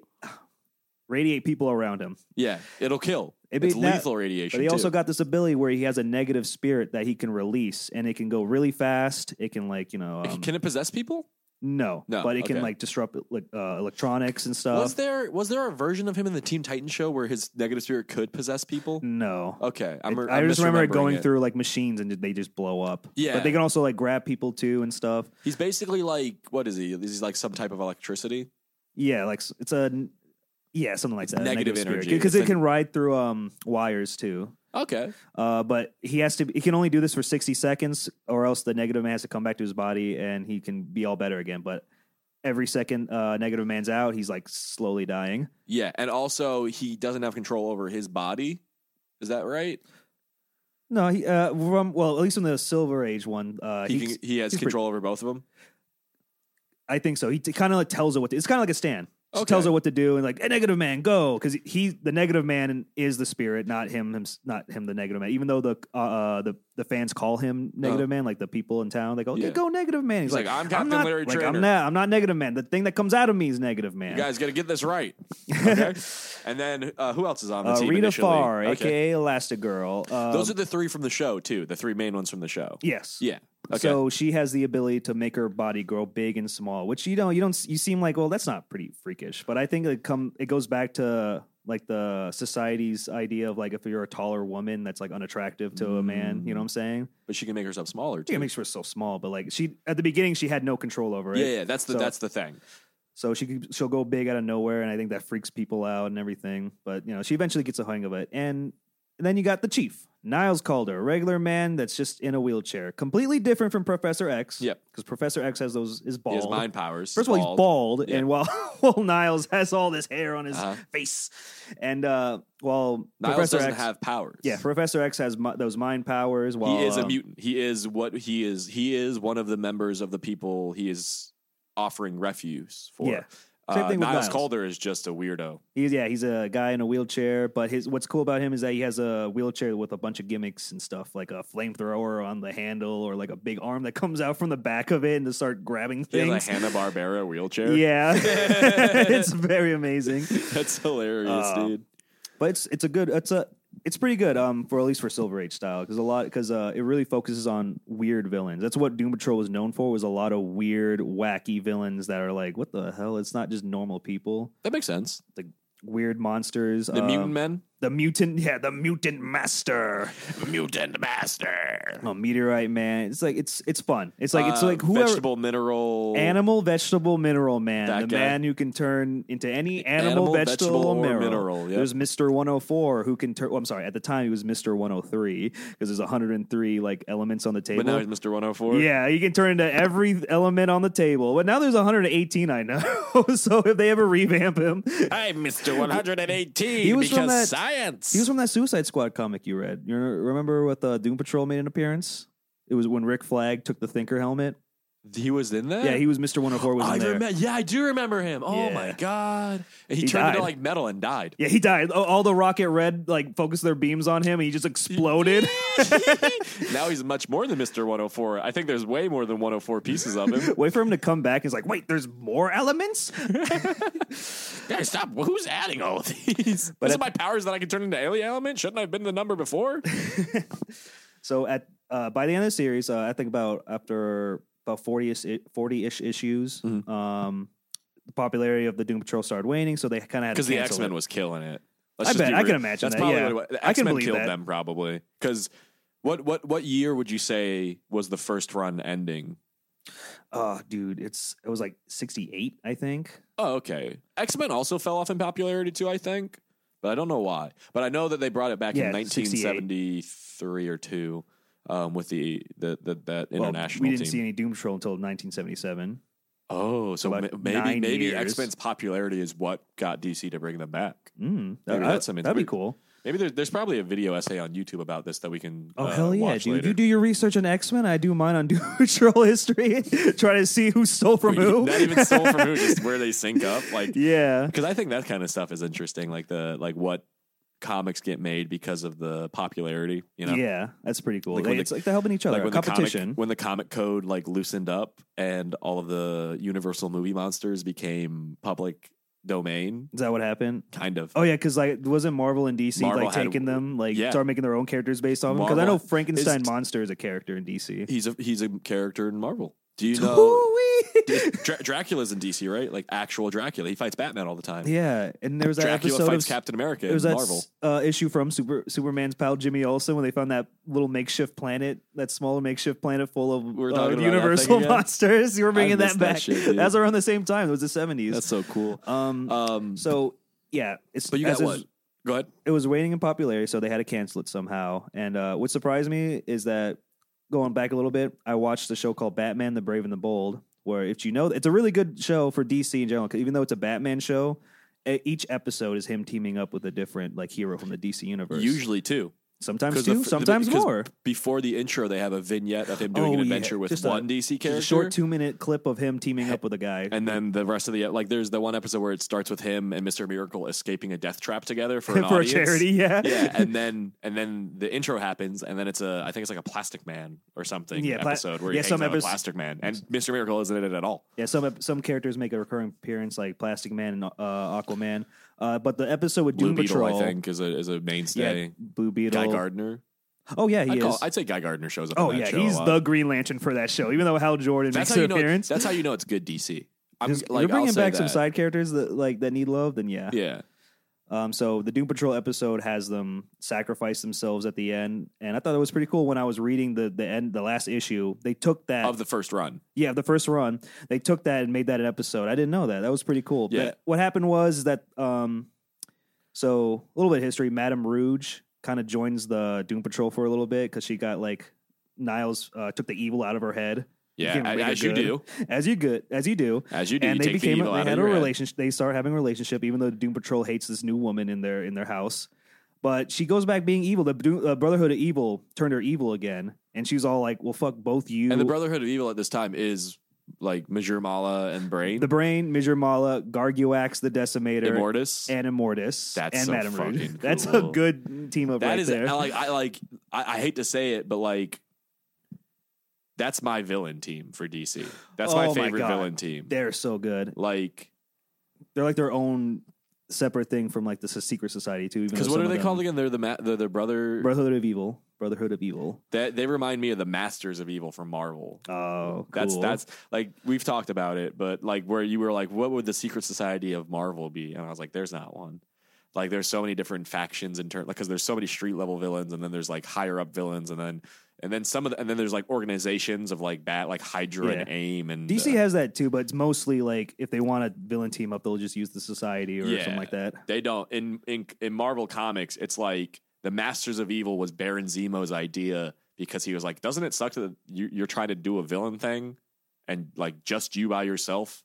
Speaker 3: radiate people around him.
Speaker 2: Yeah, it'll kill.
Speaker 3: It'd be
Speaker 2: it's
Speaker 3: that-
Speaker 2: lethal radiation.
Speaker 3: But he also
Speaker 2: too.
Speaker 3: got this ability where he has a negative spirit that he can release, and it can go really fast. It can like you know, um,
Speaker 2: Can it possess people?
Speaker 3: no,
Speaker 2: No,
Speaker 3: but it can
Speaker 2: okay.
Speaker 3: like disrupt like, uh, electronics and stuff.
Speaker 2: was there was there a version of him in the Team Titan show where his negative spirit could possess people?
Speaker 3: No.
Speaker 2: Okay, I'm,
Speaker 3: It-
Speaker 2: I'm
Speaker 3: I just remember it
Speaker 2: misremembering
Speaker 3: going
Speaker 2: it.
Speaker 3: through like machines and they just blow up.
Speaker 2: Yeah.
Speaker 3: But they can also like grab people too and stuff.
Speaker 2: He's basically like what is he? He's like some type of electricity.
Speaker 3: Yeah, like s- it's a yeah, something like that.
Speaker 2: negative energy.
Speaker 3: Because
Speaker 2: It's
Speaker 3: it
Speaker 2: a-
Speaker 3: can ride through um wires too.
Speaker 2: Okay,
Speaker 3: Uh, but he has to. He can only do this for sixty seconds, or else the negative man has to come back to his body, and he can be all better again. But every second uh, negative man's out, he's like slowly dying.
Speaker 2: yeah, and also he doesn't have control over his body. Is that right?
Speaker 3: No, he, uh, from well, at least in the Silver Age one, uh,
Speaker 2: he can,
Speaker 3: he's-
Speaker 2: he has
Speaker 3: he's pretty-
Speaker 2: control over both of them.
Speaker 3: I think so. He t- kind of like tells it what to, it's kind of like a stand. Just
Speaker 2: Okay.
Speaker 3: tells her what to do and like a negative man go because he the negative man is the spirit, not him, him not him the negative man. Even though the uh, uh the the fans call him negative man, like the people in town, they go yeah.
Speaker 2: Oh. Yeah.
Speaker 3: go negative man. He's,
Speaker 2: He's like, I'm Captain
Speaker 3: not,
Speaker 2: Larry
Speaker 3: like, I'm
Speaker 2: Trainer."
Speaker 3: not I'm not negative man. The thing that comes out of me is negative
Speaker 2: You
Speaker 3: man.
Speaker 2: guys got to get this right. Okay? and then uh, who else is on the
Speaker 3: uh,
Speaker 2: team?
Speaker 3: Rita
Speaker 2: initially?
Speaker 3: Farr,
Speaker 2: Okay.
Speaker 3: aka Elastigirl. Um,
Speaker 2: Those are the three from the show too. The three main ones from the show.
Speaker 3: yes.
Speaker 2: Yeah. Okay.
Speaker 3: So she has the ability to make her body grow big and small, which you know you don't you seem like well that's not pretty freakish, but I think it come it goes back to like the society's idea of like if you're a taller woman that's like unattractive to a man,
Speaker 2: Mm.
Speaker 3: you know what I'm saying?
Speaker 2: but she can make herself smaller too.
Speaker 3: Yeah, it makes her so small, but like she at the beginning she had no control over it,
Speaker 2: Yeah, yeah, that's the
Speaker 3: So-
Speaker 2: that's the thing.
Speaker 3: so she could- she'll go big out of nowhere, and I think that freaks people out and everything. But you know she eventually gets a hang of it, and then you got the chief. Niles Calder, a regular man that's just in a wheelchair, completely different from Professor X.
Speaker 2: Yep.
Speaker 3: because Professor X has those is bald.
Speaker 2: He has mind powers.
Speaker 3: First of all, he's bald,
Speaker 2: Yeah.
Speaker 3: and while while Niles has all this hair on his
Speaker 2: Uh-huh.
Speaker 3: face, and uh, while
Speaker 2: Niles
Speaker 3: Professor
Speaker 2: doesn't
Speaker 3: X,
Speaker 2: have powers.
Speaker 3: yeah, Professor X has mi- those mind powers. While
Speaker 2: he is a
Speaker 3: um,
Speaker 2: mutant. He is what he is. He is one of the members of the people he is offering refuse for.
Speaker 3: Yeah. Same
Speaker 2: Uh,
Speaker 3: thing with
Speaker 2: Niles
Speaker 3: Niles.
Speaker 2: Calder is just a weirdo.
Speaker 3: He's yeah, he's a guy in a wheelchair, but his what's cool about him is that he has a wheelchair with a bunch of gimmicks and stuff, like a flamethrower on the handle or like a big arm that comes out from the back of it and to start grabbing
Speaker 2: He
Speaker 3: things.
Speaker 2: has a Hanna Barbera wheelchair.
Speaker 3: yeah. it's very amazing.
Speaker 2: that's hilarious,
Speaker 3: Uh,
Speaker 2: dude.
Speaker 3: But it's it's a good it's a it's pretty good um for at least for Silver Age style because a lot because uh it really focuses on weird villains. That's what Doom Patrol was known for was a lot of weird wacky villains that are like what the hell? It's not just normal people,
Speaker 2: That makes sense.
Speaker 3: weird monsters.
Speaker 2: The
Speaker 3: um,
Speaker 2: mutant men.
Speaker 3: the mutant yeah the mutant master
Speaker 2: Mutant master.
Speaker 3: oh meteorite man it's like it's it's fun it's like it's
Speaker 2: Uh,
Speaker 3: like whoever
Speaker 2: vegetable mineral
Speaker 3: animal vegetable mineral man
Speaker 2: That
Speaker 3: the
Speaker 2: guy.
Speaker 3: man who can turn into any animal,
Speaker 2: Animal,
Speaker 3: vegetable,
Speaker 2: vegetable, or
Speaker 3: mineral,
Speaker 2: mineral, yep.
Speaker 3: there's mr 104 who can turn well, i'm sorry at the time he was mr 103 because there's 103 like elements on the table
Speaker 2: But now oh he's Mr. 104.
Speaker 3: yeah, he can turn into every element on the table. But now there's 118, I know. so if they ever revamp him,
Speaker 2: Hi, Mr. 118.
Speaker 3: He was from that-
Speaker 2: science.
Speaker 3: He was from that Suicide Squad comic you read. You remember with uh, Doom Patrol made an appearance? It was when Rick Flag took the Thinker helmet.
Speaker 2: He was in there.
Speaker 3: Yeah, he was Mr. 104 was
Speaker 2: I
Speaker 3: in there.
Speaker 2: remember. Yeah, I do remember him. Oh
Speaker 3: Yeah.
Speaker 2: my god! And he,
Speaker 3: He
Speaker 2: turned into
Speaker 3: died.
Speaker 2: like metal and died.
Speaker 3: yeah, he died. All- All the rocket red like focused their beams on him and he just exploded.
Speaker 2: now he's much more than Mister 104. I think there's way more than 104 pieces of him.
Speaker 3: Wait for him to come back. He's like, "Wait, there's more elements."
Speaker 2: Guys, stop! Who's adding all of these?
Speaker 3: But
Speaker 2: But is
Speaker 3: at-
Speaker 2: my powers that I can turn into alien element? Shouldn't I have been the number before?
Speaker 3: So at uh, by the end of the series, uh, I think about after about 40-ish, 40-ish issues,
Speaker 2: Mhm.
Speaker 3: um, the popularity of the Doom Patrol started waning, so they kind of had to
Speaker 2: Because the
Speaker 3: cancel
Speaker 2: X Men
Speaker 3: it.
Speaker 2: was killing it.
Speaker 3: I
Speaker 2: just
Speaker 3: bet.
Speaker 2: be
Speaker 3: I can
Speaker 2: real.
Speaker 3: imagine
Speaker 2: That's
Speaker 3: that,
Speaker 2: probably
Speaker 3: yeah.
Speaker 2: what it was.
Speaker 3: I
Speaker 2: X
Speaker 3: can
Speaker 2: Men
Speaker 3: believe
Speaker 2: killed
Speaker 3: that.
Speaker 2: them probably. Because what what what year would you say was the first run ending?
Speaker 3: Oh, dude, it's it was like sixty eight, I think.
Speaker 2: Oh, okay. X Men also fell off in popularity too. I think, but I don't know why. But I know that they brought it back
Speaker 3: Yeah,
Speaker 2: in
Speaker 3: 68.
Speaker 2: 1973 or two um, with the the, the that international
Speaker 3: well, we didn't
Speaker 2: team.
Speaker 3: see any Doom Patrol until nineteen seventy seven.
Speaker 2: oh, so ma-
Speaker 3: about
Speaker 2: maybe
Speaker 3: nine
Speaker 2: maybe
Speaker 3: years.
Speaker 2: X Men's popularity is what got DC to bring them back.
Speaker 3: Mm, that,
Speaker 2: Maybe that's
Speaker 3: that's
Speaker 2: something
Speaker 3: that'd be
Speaker 2: weird.
Speaker 3: cool.
Speaker 2: Maybe there, there's probably a video essay on YouTube about this that we can.
Speaker 3: Oh
Speaker 2: uh,
Speaker 3: hell yeah,
Speaker 2: watch
Speaker 3: dude!
Speaker 2: later.
Speaker 3: You do your research on X Men. I do mine on Doom Patrol history. Try to see who stole from
Speaker 2: Wait,
Speaker 3: who.
Speaker 2: Not even stole from who, just where they sync up. Like,
Speaker 3: yeah,
Speaker 2: because I think that kind of stuff is interesting. Like the like what comics get made because of the popularity. You know,
Speaker 3: yeah, that's pretty cool.
Speaker 2: Like
Speaker 3: They-
Speaker 2: when the-
Speaker 3: it's like they're helping each other.
Speaker 2: like when The
Speaker 3: competition.
Speaker 2: comic, when the comic code like loosened up and all of the Universal movie monsters became public domain.
Speaker 3: Is that what happened?
Speaker 2: Kind of.
Speaker 3: Oh yeah, because like wasn't Marvel and DC
Speaker 2: Marvel
Speaker 3: like
Speaker 2: had-
Speaker 3: taking them like
Speaker 2: yeah.
Speaker 3: start making their own characters based on them? Because I
Speaker 2: Marvel
Speaker 3: know Frankenstein
Speaker 2: is-
Speaker 3: monster is a character in DC.
Speaker 2: He's a he's a character in Marvel. Do you know?
Speaker 3: Hoo-wee!
Speaker 2: Dra- Dracula's in DC, right? Like actual Dracula. He fights Batman all the time.
Speaker 3: yeah, and there was that
Speaker 2: Dracula
Speaker 3: episode
Speaker 2: fights
Speaker 3: of
Speaker 2: Captain America
Speaker 3: It was
Speaker 2: in
Speaker 3: that
Speaker 2: Marvel.
Speaker 3: Uh, issue from Super Superman's pal Jimmy Olsen when they found that little makeshift planet, that small makeshift planet full of
Speaker 2: We're
Speaker 3: uh,
Speaker 2: talking about that
Speaker 3: Universal
Speaker 2: thing again?
Speaker 3: monsters. You were bringing
Speaker 2: missed
Speaker 3: that
Speaker 2: that
Speaker 3: back.
Speaker 2: shit, dude.
Speaker 3: That's around the same time. It was the seventies.
Speaker 2: That's so cool.
Speaker 3: um,
Speaker 2: Um,
Speaker 3: so yeah, it's
Speaker 2: but you
Speaker 3: as
Speaker 2: got
Speaker 3: is-
Speaker 2: what? Go ahead.
Speaker 3: It was waning in popularity, so they had to cancel it somehow. And uh, what surprised me is that going back a little bit, I watched a show called Batman: The Brave and the Bold, where if you know, it's a really good show for DC in general. 'cause even though it's a Batman show, e- each episode is him teaming up with a different like hero from the DC universe.
Speaker 2: Usually too.
Speaker 3: sometimes
Speaker 2: 'Cause the
Speaker 3: two,
Speaker 2: f- the-
Speaker 3: sometimes
Speaker 2: 'cause
Speaker 3: more.
Speaker 2: Before the intro, they have a vignette of him doing
Speaker 3: Oh,
Speaker 2: an
Speaker 3: yeah.
Speaker 2: adventure with
Speaker 3: Just a-
Speaker 2: one DC
Speaker 3: Just
Speaker 2: character.
Speaker 3: a short two minute clip of him teaming up with a guy.
Speaker 2: and then the rest of the like, there's the one episode where it starts with him and Mister Miracle escaping a death trap together for an
Speaker 3: for a
Speaker 2: audience.
Speaker 3: charity, yeah,
Speaker 2: yeah, and then and then the intro happens, and then it's a I think it's like a Plastic Man or something
Speaker 3: Yeah, pla-
Speaker 2: episode where he
Speaker 3: yeah,
Speaker 2: hangs
Speaker 3: some
Speaker 2: out with
Speaker 3: epis-
Speaker 2: Plastic Man, and Mister Miracle isn't in it at all.
Speaker 3: Yeah, some ep- some characters make a recurring appearance, like Plastic Man and uh, Aquaman. Uh, but the episode with
Speaker 2: Blue
Speaker 3: Doom
Speaker 2: Beetle,
Speaker 3: Patrol,
Speaker 2: I think, is a is a mainstay.
Speaker 3: yeah, Blue Beetle,
Speaker 2: Guy Gardner,
Speaker 3: Oh yeah, he
Speaker 2: I'd,
Speaker 3: is.
Speaker 2: call, I'd say Guy Gardner shows up.
Speaker 3: oh
Speaker 2: in
Speaker 3: yeah,
Speaker 2: that show
Speaker 3: he's
Speaker 2: a lot.
Speaker 3: the Green Lantern for that show. Even though Hal Jordan
Speaker 2: That's
Speaker 3: makes
Speaker 2: how
Speaker 3: an
Speaker 2: you know.
Speaker 3: appearance,
Speaker 2: That's how you know it's good DC. I'm
Speaker 3: Just-
Speaker 2: like
Speaker 3: you're
Speaker 2: I'll
Speaker 3: bringing
Speaker 2: say
Speaker 3: back some
Speaker 2: that.
Speaker 3: side characters that like that need love. Then yeah.
Speaker 2: Yeah,
Speaker 3: Um. So the Doom Patrol episode has them sacrifice themselves at the end, and I thought it was pretty cool when I was reading the the end the last issue. They took that
Speaker 2: of the first run.
Speaker 3: Yeah, the first run. They took that and made that an episode. I didn't know that. That was pretty cool.
Speaker 2: Yeah.
Speaker 3: But what happened was that um so a little bit of history, Madame Rouge kind of joins the Doom Patrol for a little bit because she got like Niles uh, took the evil out of her head.
Speaker 2: Yeah,
Speaker 3: Became
Speaker 2: as,
Speaker 3: really
Speaker 2: as you
Speaker 3: good.
Speaker 2: do,
Speaker 3: As you good as you do.
Speaker 2: as you do,
Speaker 3: and
Speaker 2: you
Speaker 3: they
Speaker 2: take
Speaker 3: became
Speaker 2: the evil
Speaker 3: they
Speaker 2: out
Speaker 3: had
Speaker 2: of
Speaker 3: a
Speaker 2: your head.
Speaker 3: relationship they start having a relationship, even though the Doom Patrol hates this new woman in their in their house. But she goes back being evil. The Doom, uh, Brotherhood of Evil turned her evil again, and she's all like, "Well, fuck both you."
Speaker 2: And the Brotherhood of Evil at this time is like Major Mala and Brain,
Speaker 3: The Brain, Mizurmala, Garguax, the Decimator,
Speaker 2: Immortus.
Speaker 3: and Immortus,
Speaker 2: That's
Speaker 3: and
Speaker 2: so
Speaker 3: Madame Rouge.
Speaker 2: fucking
Speaker 3: That's a
Speaker 2: cool.
Speaker 3: good team up
Speaker 2: That
Speaker 3: right
Speaker 2: is
Speaker 3: there.
Speaker 2: I like I like I, I hate to say it, but like that's my villain team for DC. That's
Speaker 3: Oh
Speaker 2: my
Speaker 3: my
Speaker 2: favorite
Speaker 3: God.
Speaker 2: villain team.
Speaker 3: They're so good.
Speaker 2: like
Speaker 3: They're like their own separate thing from like the S- Secret Society too.
Speaker 2: because what are they called again? They're the ma- the, the brother
Speaker 3: Brotherhood of Evil. Brotherhood of Evil.
Speaker 2: that they remind me of the Masters of Evil from Marvel.
Speaker 3: Oh, cool.
Speaker 2: That's that's like we've talked about it, but like where you were like, what would the secret society of Marvel be? And I was like, there's not one. Like there's so many different factions in turn, like because there's so many street level villains, and then there's like higher up villains, and then and then some of the, and then there's like organizations of like bat, like Hydra and
Speaker 3: Yeah.
Speaker 2: AIM, and
Speaker 3: DC
Speaker 2: uh,
Speaker 3: has that too, but it's mostly like if they want a villain team up, they'll just use the Society or
Speaker 2: Yeah.
Speaker 3: something like that.
Speaker 2: they don't in in in Marvel comics. It's like the Masters of Evil was Baron Zemo's idea because he was like, doesn't it suck that you, you're trying to do a villain thing and like just you by yourself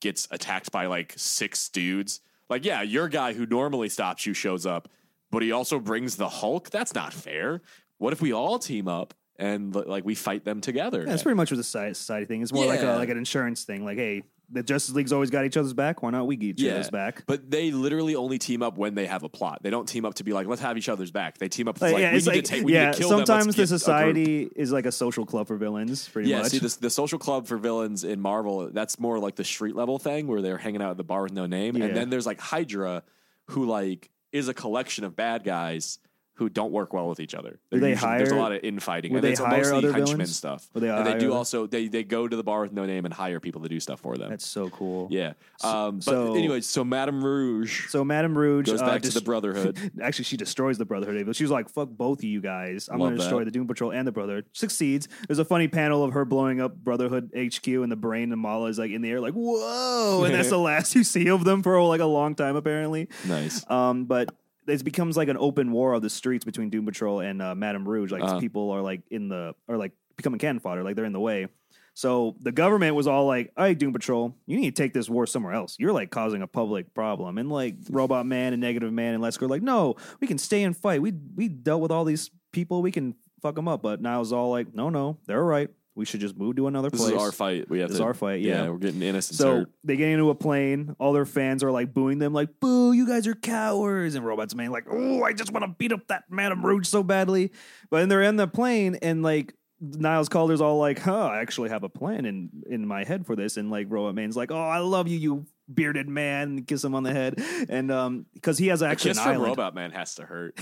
Speaker 2: gets attacked by like six dudes? Like, yeah, your guy who normally stops you shows up, but he also brings the Hulk. That's not fair. What if we all team up and li- like we fight them together.
Speaker 3: Yeah, that's pretty much what the society, society thing. It's more like
Speaker 2: Yeah.
Speaker 3: a, like an insurance thing. Like, hey, the Justice League's always got each other's back. Why not we get each
Speaker 2: Yeah.
Speaker 3: other's back?
Speaker 2: But they literally only team up when they have a plot. They don't team up to be like, let's have each other's back. They team up
Speaker 3: Like,
Speaker 2: like,
Speaker 3: yeah,
Speaker 2: we
Speaker 3: it's
Speaker 2: need
Speaker 3: like
Speaker 2: to take, we
Speaker 3: yeah.
Speaker 2: need to kill them.
Speaker 3: sometimes
Speaker 2: Let's
Speaker 3: the
Speaker 2: get a group."
Speaker 3: society is like a social club for villains, pretty
Speaker 2: Yeah,
Speaker 3: much.
Speaker 2: see, the, the social club for villains in Marvel, that's more like the street level thing where they're hanging out at the bar with no name.
Speaker 3: Yeah.
Speaker 2: And then there's like Hydra, who like is a collection of bad guys who don't work well with each other.
Speaker 3: Do they
Speaker 2: They're there's a
Speaker 3: hire-
Speaker 2: lot of infighting. And
Speaker 3: would they
Speaker 2: it's
Speaker 3: hire
Speaker 2: mostly
Speaker 3: other
Speaker 2: henchman
Speaker 3: villains?
Speaker 2: stuff.
Speaker 3: Would they
Speaker 2: and
Speaker 3: hire
Speaker 2: they do
Speaker 3: other-
Speaker 2: also, they, they go to the bar with no name and hire people to do stuff for them.
Speaker 3: that's so cool.
Speaker 2: yeah. Um, but
Speaker 3: so-
Speaker 2: anyway, so Madame Rouge
Speaker 3: So Madame Rouge
Speaker 2: goes
Speaker 3: uh,
Speaker 2: back
Speaker 3: dis-
Speaker 2: to the Brotherhood.
Speaker 3: Actually, she destroys the Brotherhood. But she's like, "Fuck both of you guys! I'm
Speaker 2: Love
Speaker 3: going to destroy
Speaker 2: that.
Speaker 3: the Doom Patrol and the Brotherhood." Succeeds. There's a funny panel of her blowing up Brotherhood HQ, and the brain of Mala is like in the air, like "Whoa!" And that's the last you see of them for like a long time, apparently.
Speaker 2: nice.
Speaker 3: Um, but it becomes like an open war of the streets between Doom Patrol and uh, Madame Rouge. Like
Speaker 2: Uh-huh.
Speaker 3: people are like in the are like becoming cannon fodder. Like they're in the way. So the government was all like, "All right, Doom Patrol, you need to take this war somewhere else. You're like causing a public problem." And like Robot Man and Negative Man and Let's Go, like, no, we can stay and fight. We we dealt with all these people. We can fuck them up. But Niles all like, no, no, they're all right. We should just move to another
Speaker 2: This
Speaker 3: place.
Speaker 2: is our fight. We have
Speaker 3: This is
Speaker 2: to,
Speaker 3: our fight. yeah.
Speaker 2: we're getting innocent.
Speaker 3: So
Speaker 2: served.
Speaker 3: they get into a plane. All their fans are like booing them, like "Boo! You guys are cowards!" And Robot's Man like, "Oh, I just want to beat up that Madame Rouge so badly." But then they're in the plane, and like Niles Calder's all like, "Huh, I actually have a plan in in my head for this." And like Robot Man's like, "Oh, I love you, you bearded man!" And kiss him on the head, and um, because he has
Speaker 2: a
Speaker 3: actually
Speaker 2: kiss
Speaker 3: an
Speaker 2: from
Speaker 3: island.
Speaker 2: Robot Man has to hurt.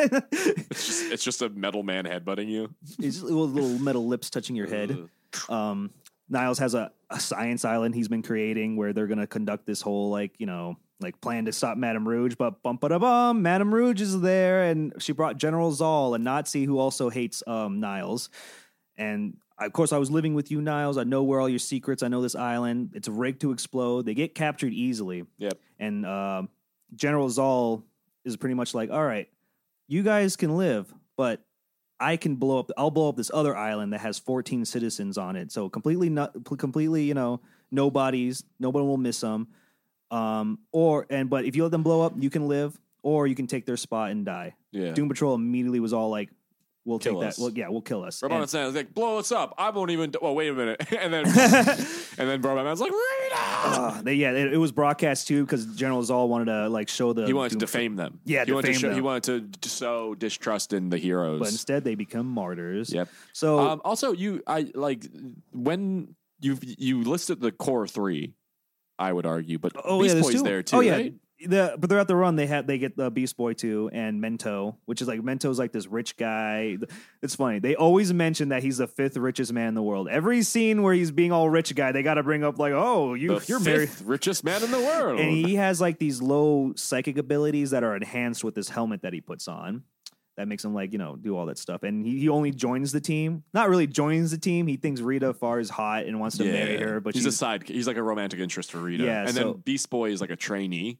Speaker 2: It's just, it's just a metal man headbutting you.
Speaker 3: It's just little, little metal lips touching your head.
Speaker 2: Ugh.
Speaker 3: um, Niles has a, a science island he's been creating where they're going to conduct this whole like you know like plan to stop Madame Rouge, but bum ba da bum, Madame Rouge is there, and she brought General Zoll, a Nazi who also hates um, Niles, and. Of course, I was living with you, Niles. I know where all your secrets. I know this island. It's rigged to explode. They get captured easily.
Speaker 2: Yep.
Speaker 3: And uh, General Zoll is pretty much like, "All right, you guys can live, but I can blow up. I'll blow up this other island that has 14 citizens on it. So completely, not completely, you know, no bodies. Nobody will miss them. Um, or and but if you let them blow up, you can live, or you can take their spot and die.
Speaker 2: Yeah.
Speaker 3: Doom Patrol immediately was all like, "We'll
Speaker 2: Kill
Speaker 3: take
Speaker 2: us.
Speaker 3: that. Well, yeah, we'll kill us."
Speaker 2: Robot
Speaker 3: And-
Speaker 2: Man's saying, like, blow us up. I won't even. Well, wait a minute. and then, and then Robot Man's like, Rita!
Speaker 3: Ah, they- yeah, it, it was broadcast too because General Zol wanted to like show the
Speaker 2: He wanted to
Speaker 3: Uh, Doom Patrol-
Speaker 2: defame them.
Speaker 3: Yeah,
Speaker 2: he wanted to
Speaker 3: defame
Speaker 2: He
Speaker 3: them.
Speaker 2: wanted to d- sow distrust in the heroes.
Speaker 3: but instead they become martyrs.
Speaker 2: Yep.
Speaker 3: So
Speaker 2: Um, also, you, I like when you you listed the core three. I would argue, but
Speaker 3: Oh
Speaker 2: Beast
Speaker 3: yeah, there's
Speaker 2: Boy's
Speaker 3: two.
Speaker 2: there too.
Speaker 3: oh yeah,
Speaker 2: right?
Speaker 3: the but throughout the run they had they get the Beast Boy too and Mento, which is like Mento's like this rich guy. It's funny they always mention that he's the fifth richest man in the world. Every scene where he's being all rich guy, they got to bring up like, oh, you
Speaker 2: The
Speaker 3: you're very.
Speaker 2: fifth richest man in the world.
Speaker 3: And he has like these low psychic abilities that are enhanced with this helmet that he puts on. That makes him like, you know, do all that stuff. And he, he only joins the team. Not really joins the team. He thinks Rita Far is hot and wants to marry her, but
Speaker 2: he's
Speaker 3: she's
Speaker 2: a side. He's like a romantic interest for Rita.
Speaker 3: Yeah,
Speaker 2: and then
Speaker 3: so-
Speaker 2: Beast Boy is like a trainee.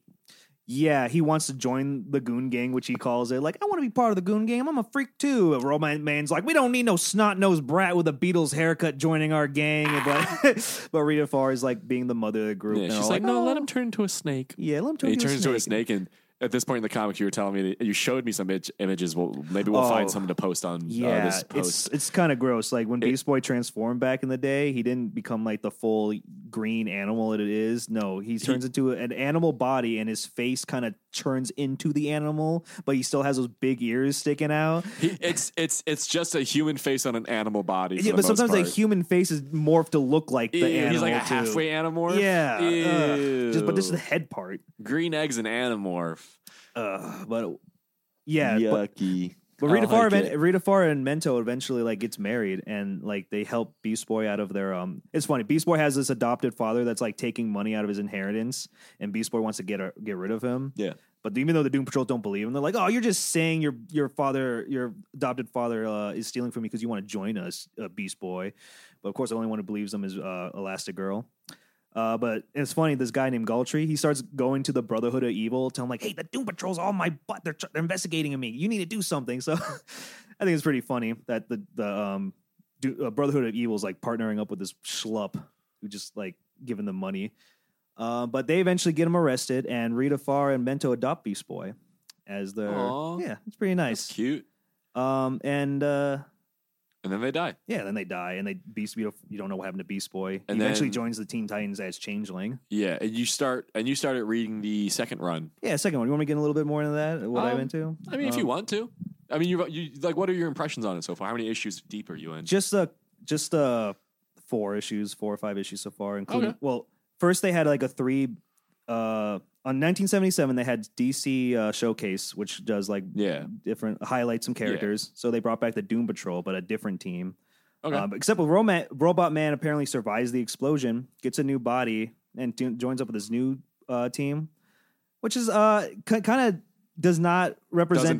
Speaker 3: Yeah, he wants to join the goon gang, which he calls it. Like, I want to be part of the goon gang. I'm a freak too. And Roman Man's like, we don't need no snot nosed brat with a Beatles haircut joining our gang. But but Rita Farr is like being the mother of the group.
Speaker 2: Yeah,
Speaker 3: and
Speaker 2: she's
Speaker 3: all
Speaker 2: like, no, let
Speaker 3: "Oh,
Speaker 2: him turn into a snake.
Speaker 3: Yeah, let him turn.
Speaker 2: he
Speaker 3: into
Speaker 2: turns
Speaker 3: a
Speaker 2: into a snake, and at this point in the comic, you were telling me that you showed me some itch, images. Well, maybe we'll
Speaker 3: Oh.
Speaker 2: find something to post on uh,
Speaker 3: Yeah,
Speaker 2: this
Speaker 3: it's
Speaker 2: post.
Speaker 3: it's kind of gross. Like when
Speaker 2: It-
Speaker 3: Beast Boy transformed back in the day, he didn't become like the full green animal that it is. No, he turns into an animal body, and his face kind of turns into the animal, but he still has those big ears sticking out.
Speaker 2: He, it's it's it's just a human face on an animal body. for
Speaker 3: Yeah,
Speaker 2: the
Speaker 3: but
Speaker 2: most
Speaker 3: sometimes
Speaker 2: part.
Speaker 3: a human face is morphed to look like the
Speaker 2: Ew,
Speaker 3: animal.
Speaker 2: he's like a
Speaker 3: too.
Speaker 2: halfway animorph.
Speaker 3: Yeah, ugh. just but this is the
Speaker 2: Ew.
Speaker 3: head part.
Speaker 2: green eggs and animorph.
Speaker 3: Ugh, but yeah, but,
Speaker 2: Yucky.
Speaker 3: but
Speaker 2: I
Speaker 3: Rita
Speaker 2: don't
Speaker 3: Farr,
Speaker 2: like
Speaker 3: ev-
Speaker 2: it.
Speaker 3: Rita Farr and Mento eventually like gets married, and like they help Beast Boy out of their um. It's funny. Beast Boy has this adopted father that's like taking money out of his inheritance, and Beast Boy wants to get get rid of him.
Speaker 2: Yeah.
Speaker 3: But even though the Doom Patrol don't believe him, they're like, "Oh, you're just saying your your father, your adopted father, uh, is stealing from you because you want to join us, uh, Beast Boy." But of course, the only one who believes them is uh, Elastigirl. Uh, but it's funny. This guy named Galtree, he starts going to the Brotherhood of Evil, telling like, "Hey, the Doom Patrol's on my butt. They're, tr- they're investigating me. You need to do something." So, I think it's pretty funny that the the um, do, uh, Brotherhood of Evil is like partnering up with this schlup who just like giving them money. Uh, but they eventually get him arrested, and Rita Farr and Mento adopt Beast Boy as their
Speaker 2: Aw.
Speaker 3: yeah. It's pretty nice.
Speaker 2: Cute.
Speaker 3: Um, and uh,
Speaker 2: and then they die.
Speaker 3: Yeah, then they die, and they Beast Boy. You don't know what happened to Beast Boy.
Speaker 2: And
Speaker 3: he eventually
Speaker 2: then-
Speaker 3: joins the Teen Titans as Changeling.
Speaker 2: Yeah, and you start and you started reading the second run.
Speaker 3: Yeah, second one. You want me to get a little bit more into that? What
Speaker 2: Um,
Speaker 3: I'm into?
Speaker 2: I mean, if
Speaker 3: Um,
Speaker 2: you want to, I mean, you you like what are your impressions on it so far? How many issues deep are you in?
Speaker 3: just the just the four issues, four or five issues so far, including
Speaker 2: Okay.
Speaker 3: well, first they had like a three. Uh, on 1977, they had DC uh, Showcase, which does like
Speaker 2: Yeah.
Speaker 3: different highlights some characters. So they brought back the Doom Patrol, but a different team.
Speaker 2: Okay.
Speaker 3: Um, except with Roma- Robot Man, apparently survives the explosion, gets a new body, and do- joins up with his new uh, team, which is uh, kind of does not represent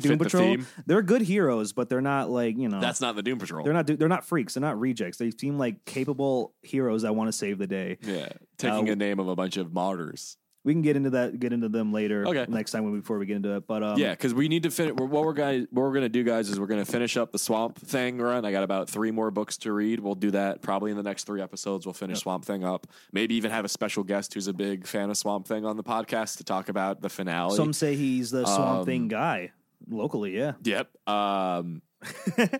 Speaker 2: Doesn't fit
Speaker 3: Doom
Speaker 2: the
Speaker 3: Patrol.
Speaker 2: theme.
Speaker 3: They're good heroes, but they're not like you know
Speaker 2: That's not the Doom Patrol.
Speaker 3: they're not they're not freaks. They're not rejects. They seem like capable heroes that want to save the day.
Speaker 2: yeah, taking
Speaker 3: Uh,
Speaker 2: a name of a bunch of martyrs.
Speaker 3: We can get into that. Get into them later.
Speaker 2: Okay.
Speaker 3: Next time when- before we get into it. But um,
Speaker 2: yeah, because we need to finish. What we're guys, what we're gonna do, guys, is we're gonna finish up the Swamp Thing run. I got about three more books to read. We'll do that probably in the next three episodes. We'll finish Swamp Thing up. Maybe even have a special guest who's a big fan of Swamp Thing on the podcast to talk about the finale.
Speaker 3: Some say he's the Swamp
Speaker 2: Um,
Speaker 3: Thing guy locally. Yeah.
Speaker 2: yep. Um,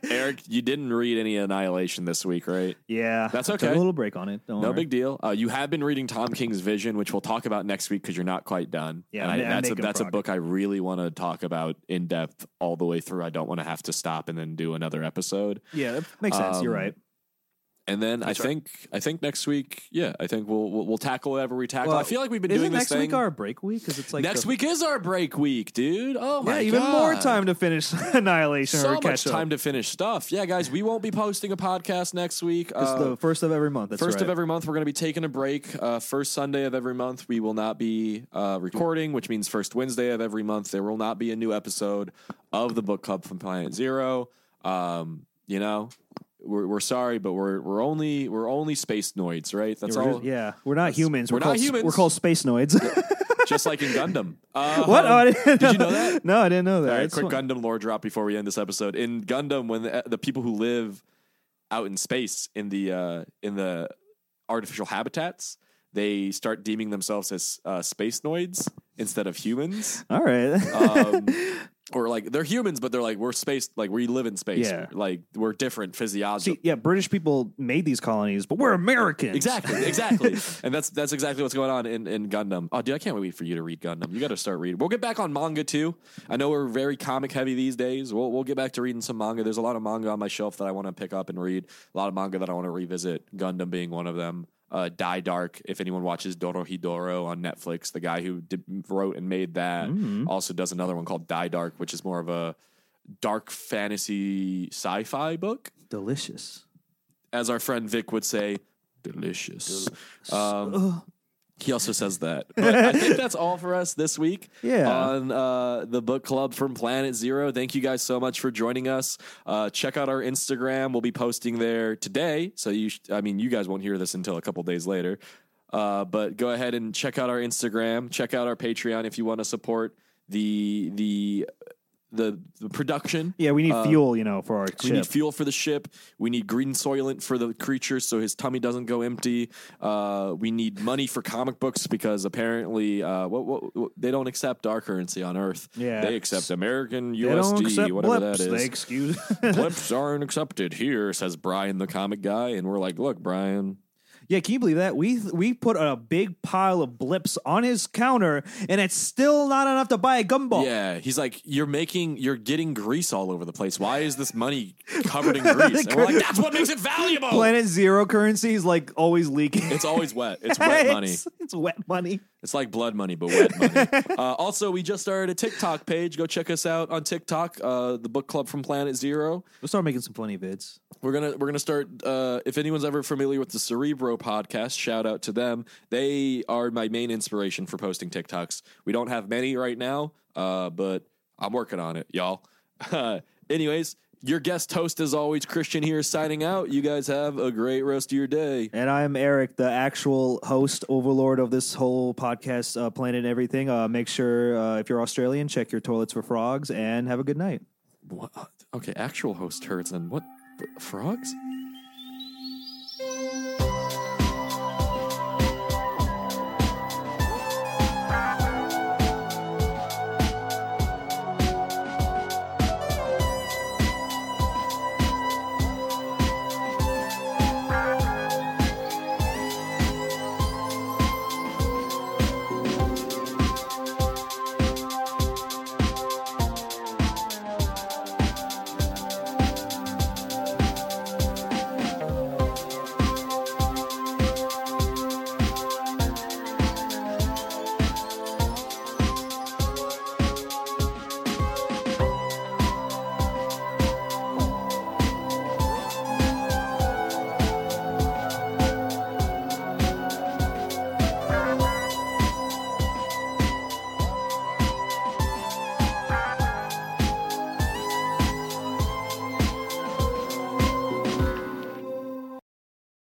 Speaker 2: Eric, you didn't read any Annihilation this week, right?
Speaker 3: yeah.
Speaker 2: That's
Speaker 3: Took
Speaker 2: okay.
Speaker 3: a little break on it. Don't
Speaker 2: No
Speaker 3: worry.
Speaker 2: big deal. Uh, you have been reading Tom King's Vision, which we'll talk about next week because you're not quite done.
Speaker 3: Yeah,
Speaker 2: and
Speaker 3: I'm- I'm
Speaker 2: that's a,
Speaker 3: making
Speaker 2: that's a
Speaker 3: progress.
Speaker 2: book I really want to talk about in depth all the way through. I don't want to have to stop and then do another episode.
Speaker 3: Yeah, that makes sense. You're
Speaker 2: Um,
Speaker 3: right.
Speaker 2: And then I
Speaker 5: That's right.
Speaker 2: think I think next week, yeah, I think we'll we'll, we'll tackle whatever we tackle.
Speaker 3: Well,
Speaker 2: I feel like we've been
Speaker 3: Isn't
Speaker 2: doing this
Speaker 3: next
Speaker 2: thing.
Speaker 3: week our break week? Because it's like
Speaker 2: next
Speaker 3: the-
Speaker 2: week is our break week, dude. Oh
Speaker 3: Yeah,
Speaker 2: my,
Speaker 3: even more
Speaker 2: God.
Speaker 3: time to finish Annihilation or
Speaker 2: So much
Speaker 3: catch up.
Speaker 2: time to finish stuff. Yeah, guys, we won't be posting a podcast next week.
Speaker 3: It's
Speaker 2: Uh,
Speaker 3: the first of every month. That's
Speaker 2: first
Speaker 3: right.
Speaker 2: of every month, we're going to be taking a break. Uh, first Sunday of every month, we will not be uh, recording, which means first Wednesday of every month, there will not be a new episode of the Book Club from Planet Zero. Um, you know, we're, we're sorry, but we're we're only we're only space noids, right? That's
Speaker 3: We're
Speaker 2: all.
Speaker 3: just- yeah, we're not humans.
Speaker 2: we're not
Speaker 3: called,
Speaker 2: humans.
Speaker 3: We're called space noids.
Speaker 2: Just like in Gundam. Uh,
Speaker 3: what? Oh, I didn't
Speaker 2: did you know that?
Speaker 3: No, I didn't know that.
Speaker 2: All right,
Speaker 3: That's
Speaker 2: quick
Speaker 3: fun.
Speaker 2: Gundam lore drop before we end this episode. In Gundam, when the, the people who live out in space in the uh, in the artificial habitats, they start deeming themselves as uh, space noids instead of humans.
Speaker 3: All right.
Speaker 2: Um, or like they're humans, but they're like we're space, like we live in space,
Speaker 3: Yeah.
Speaker 2: like we're different physiology.
Speaker 3: See, yeah, British people made these colonies, but we're Americans.
Speaker 2: Exactly, exactly, and that's that's exactly what's going on in, in Gundam. Oh, dude, I can't wait for you to read Gundam. You got to start reading. We'll get back on manga too. I know we're very comic heavy these days. We'll we'll get back to reading some manga. There's a lot of manga on my shelf that I want to pick up and read. A lot of manga that I want to revisit. Gundam being one of them. Uh, Die Dark. If anyone watches Dorohedoro on Netflix, the guy who did, wrote and made that
Speaker 3: Mm-hmm.
Speaker 2: also does another one called Die Dark, which is more of a dark fantasy sci-fi book
Speaker 3: Delicious.
Speaker 2: as our friend Vic would say, delicious. Um, he also says that. But I think that's all for us this week
Speaker 3: Yeah.
Speaker 2: on uh, the book club from Planet Zero. Thank you guys so much for joining us. Uh, check out our Instagram. We'll be posting there today. So you, sh- I mean, you guys won't hear this until a couple days later. Uh, but go ahead and check out our Instagram. Check out our Patreon if you want to support the the the, the production.
Speaker 3: Yeah, we need
Speaker 2: Uh,
Speaker 3: fuel, you know, for our
Speaker 2: We need
Speaker 3: ship.
Speaker 2: fuel for the ship. We need green soylent for the creature so his tummy doesn't go empty. Uh, we need money for comic books because apparently uh, what, what, what- they don't accept our currency on Earth.
Speaker 3: Yeah.
Speaker 2: They accept American
Speaker 3: They don't
Speaker 2: USD,
Speaker 3: accept
Speaker 2: whatever
Speaker 3: blips.
Speaker 2: that
Speaker 3: They
Speaker 2: is.
Speaker 3: excuse.
Speaker 2: Blips aren't accepted here, says Brian, the comic guy. And we're like, look, Brian.
Speaker 3: yeah, can you believe that? We we put a big pile of blips on his counter, and it's still not enough to buy a gumball.
Speaker 2: Yeah. He's like, you're making, you're getting grease all over the place. Why is this money covered in grease? And we're like, that's what makes it valuable.
Speaker 3: Planet Zero currency is like always leaking.
Speaker 2: it's always wet. It's wet money.
Speaker 3: it's, it's wet money.
Speaker 2: It's like blood money, but wet money. uh, also, we just started a TikTok page. Go check us out on TikTok, uh, the Book Club from Planet Zero.
Speaker 3: We'll start making some funny vids.
Speaker 2: We're gonna we're gonna start. Uh, if anyone's ever familiar with the Cerebro podcast, shout out to them. They are my main inspiration for posting TikToks. We don't have many right now, uh, but I'm working on it, y'all. anyways, your guest host, as always, Christian here, signing out. You guys have a great rest of your day.
Speaker 3: And I'm Eric, the actual host, overlord of this whole podcast, uh, planet, and everything. Uh, make sure uh, if you're Australian, check your toilets for frogs, and have a good night.
Speaker 2: What? Okay, actual host hurts and what frogs?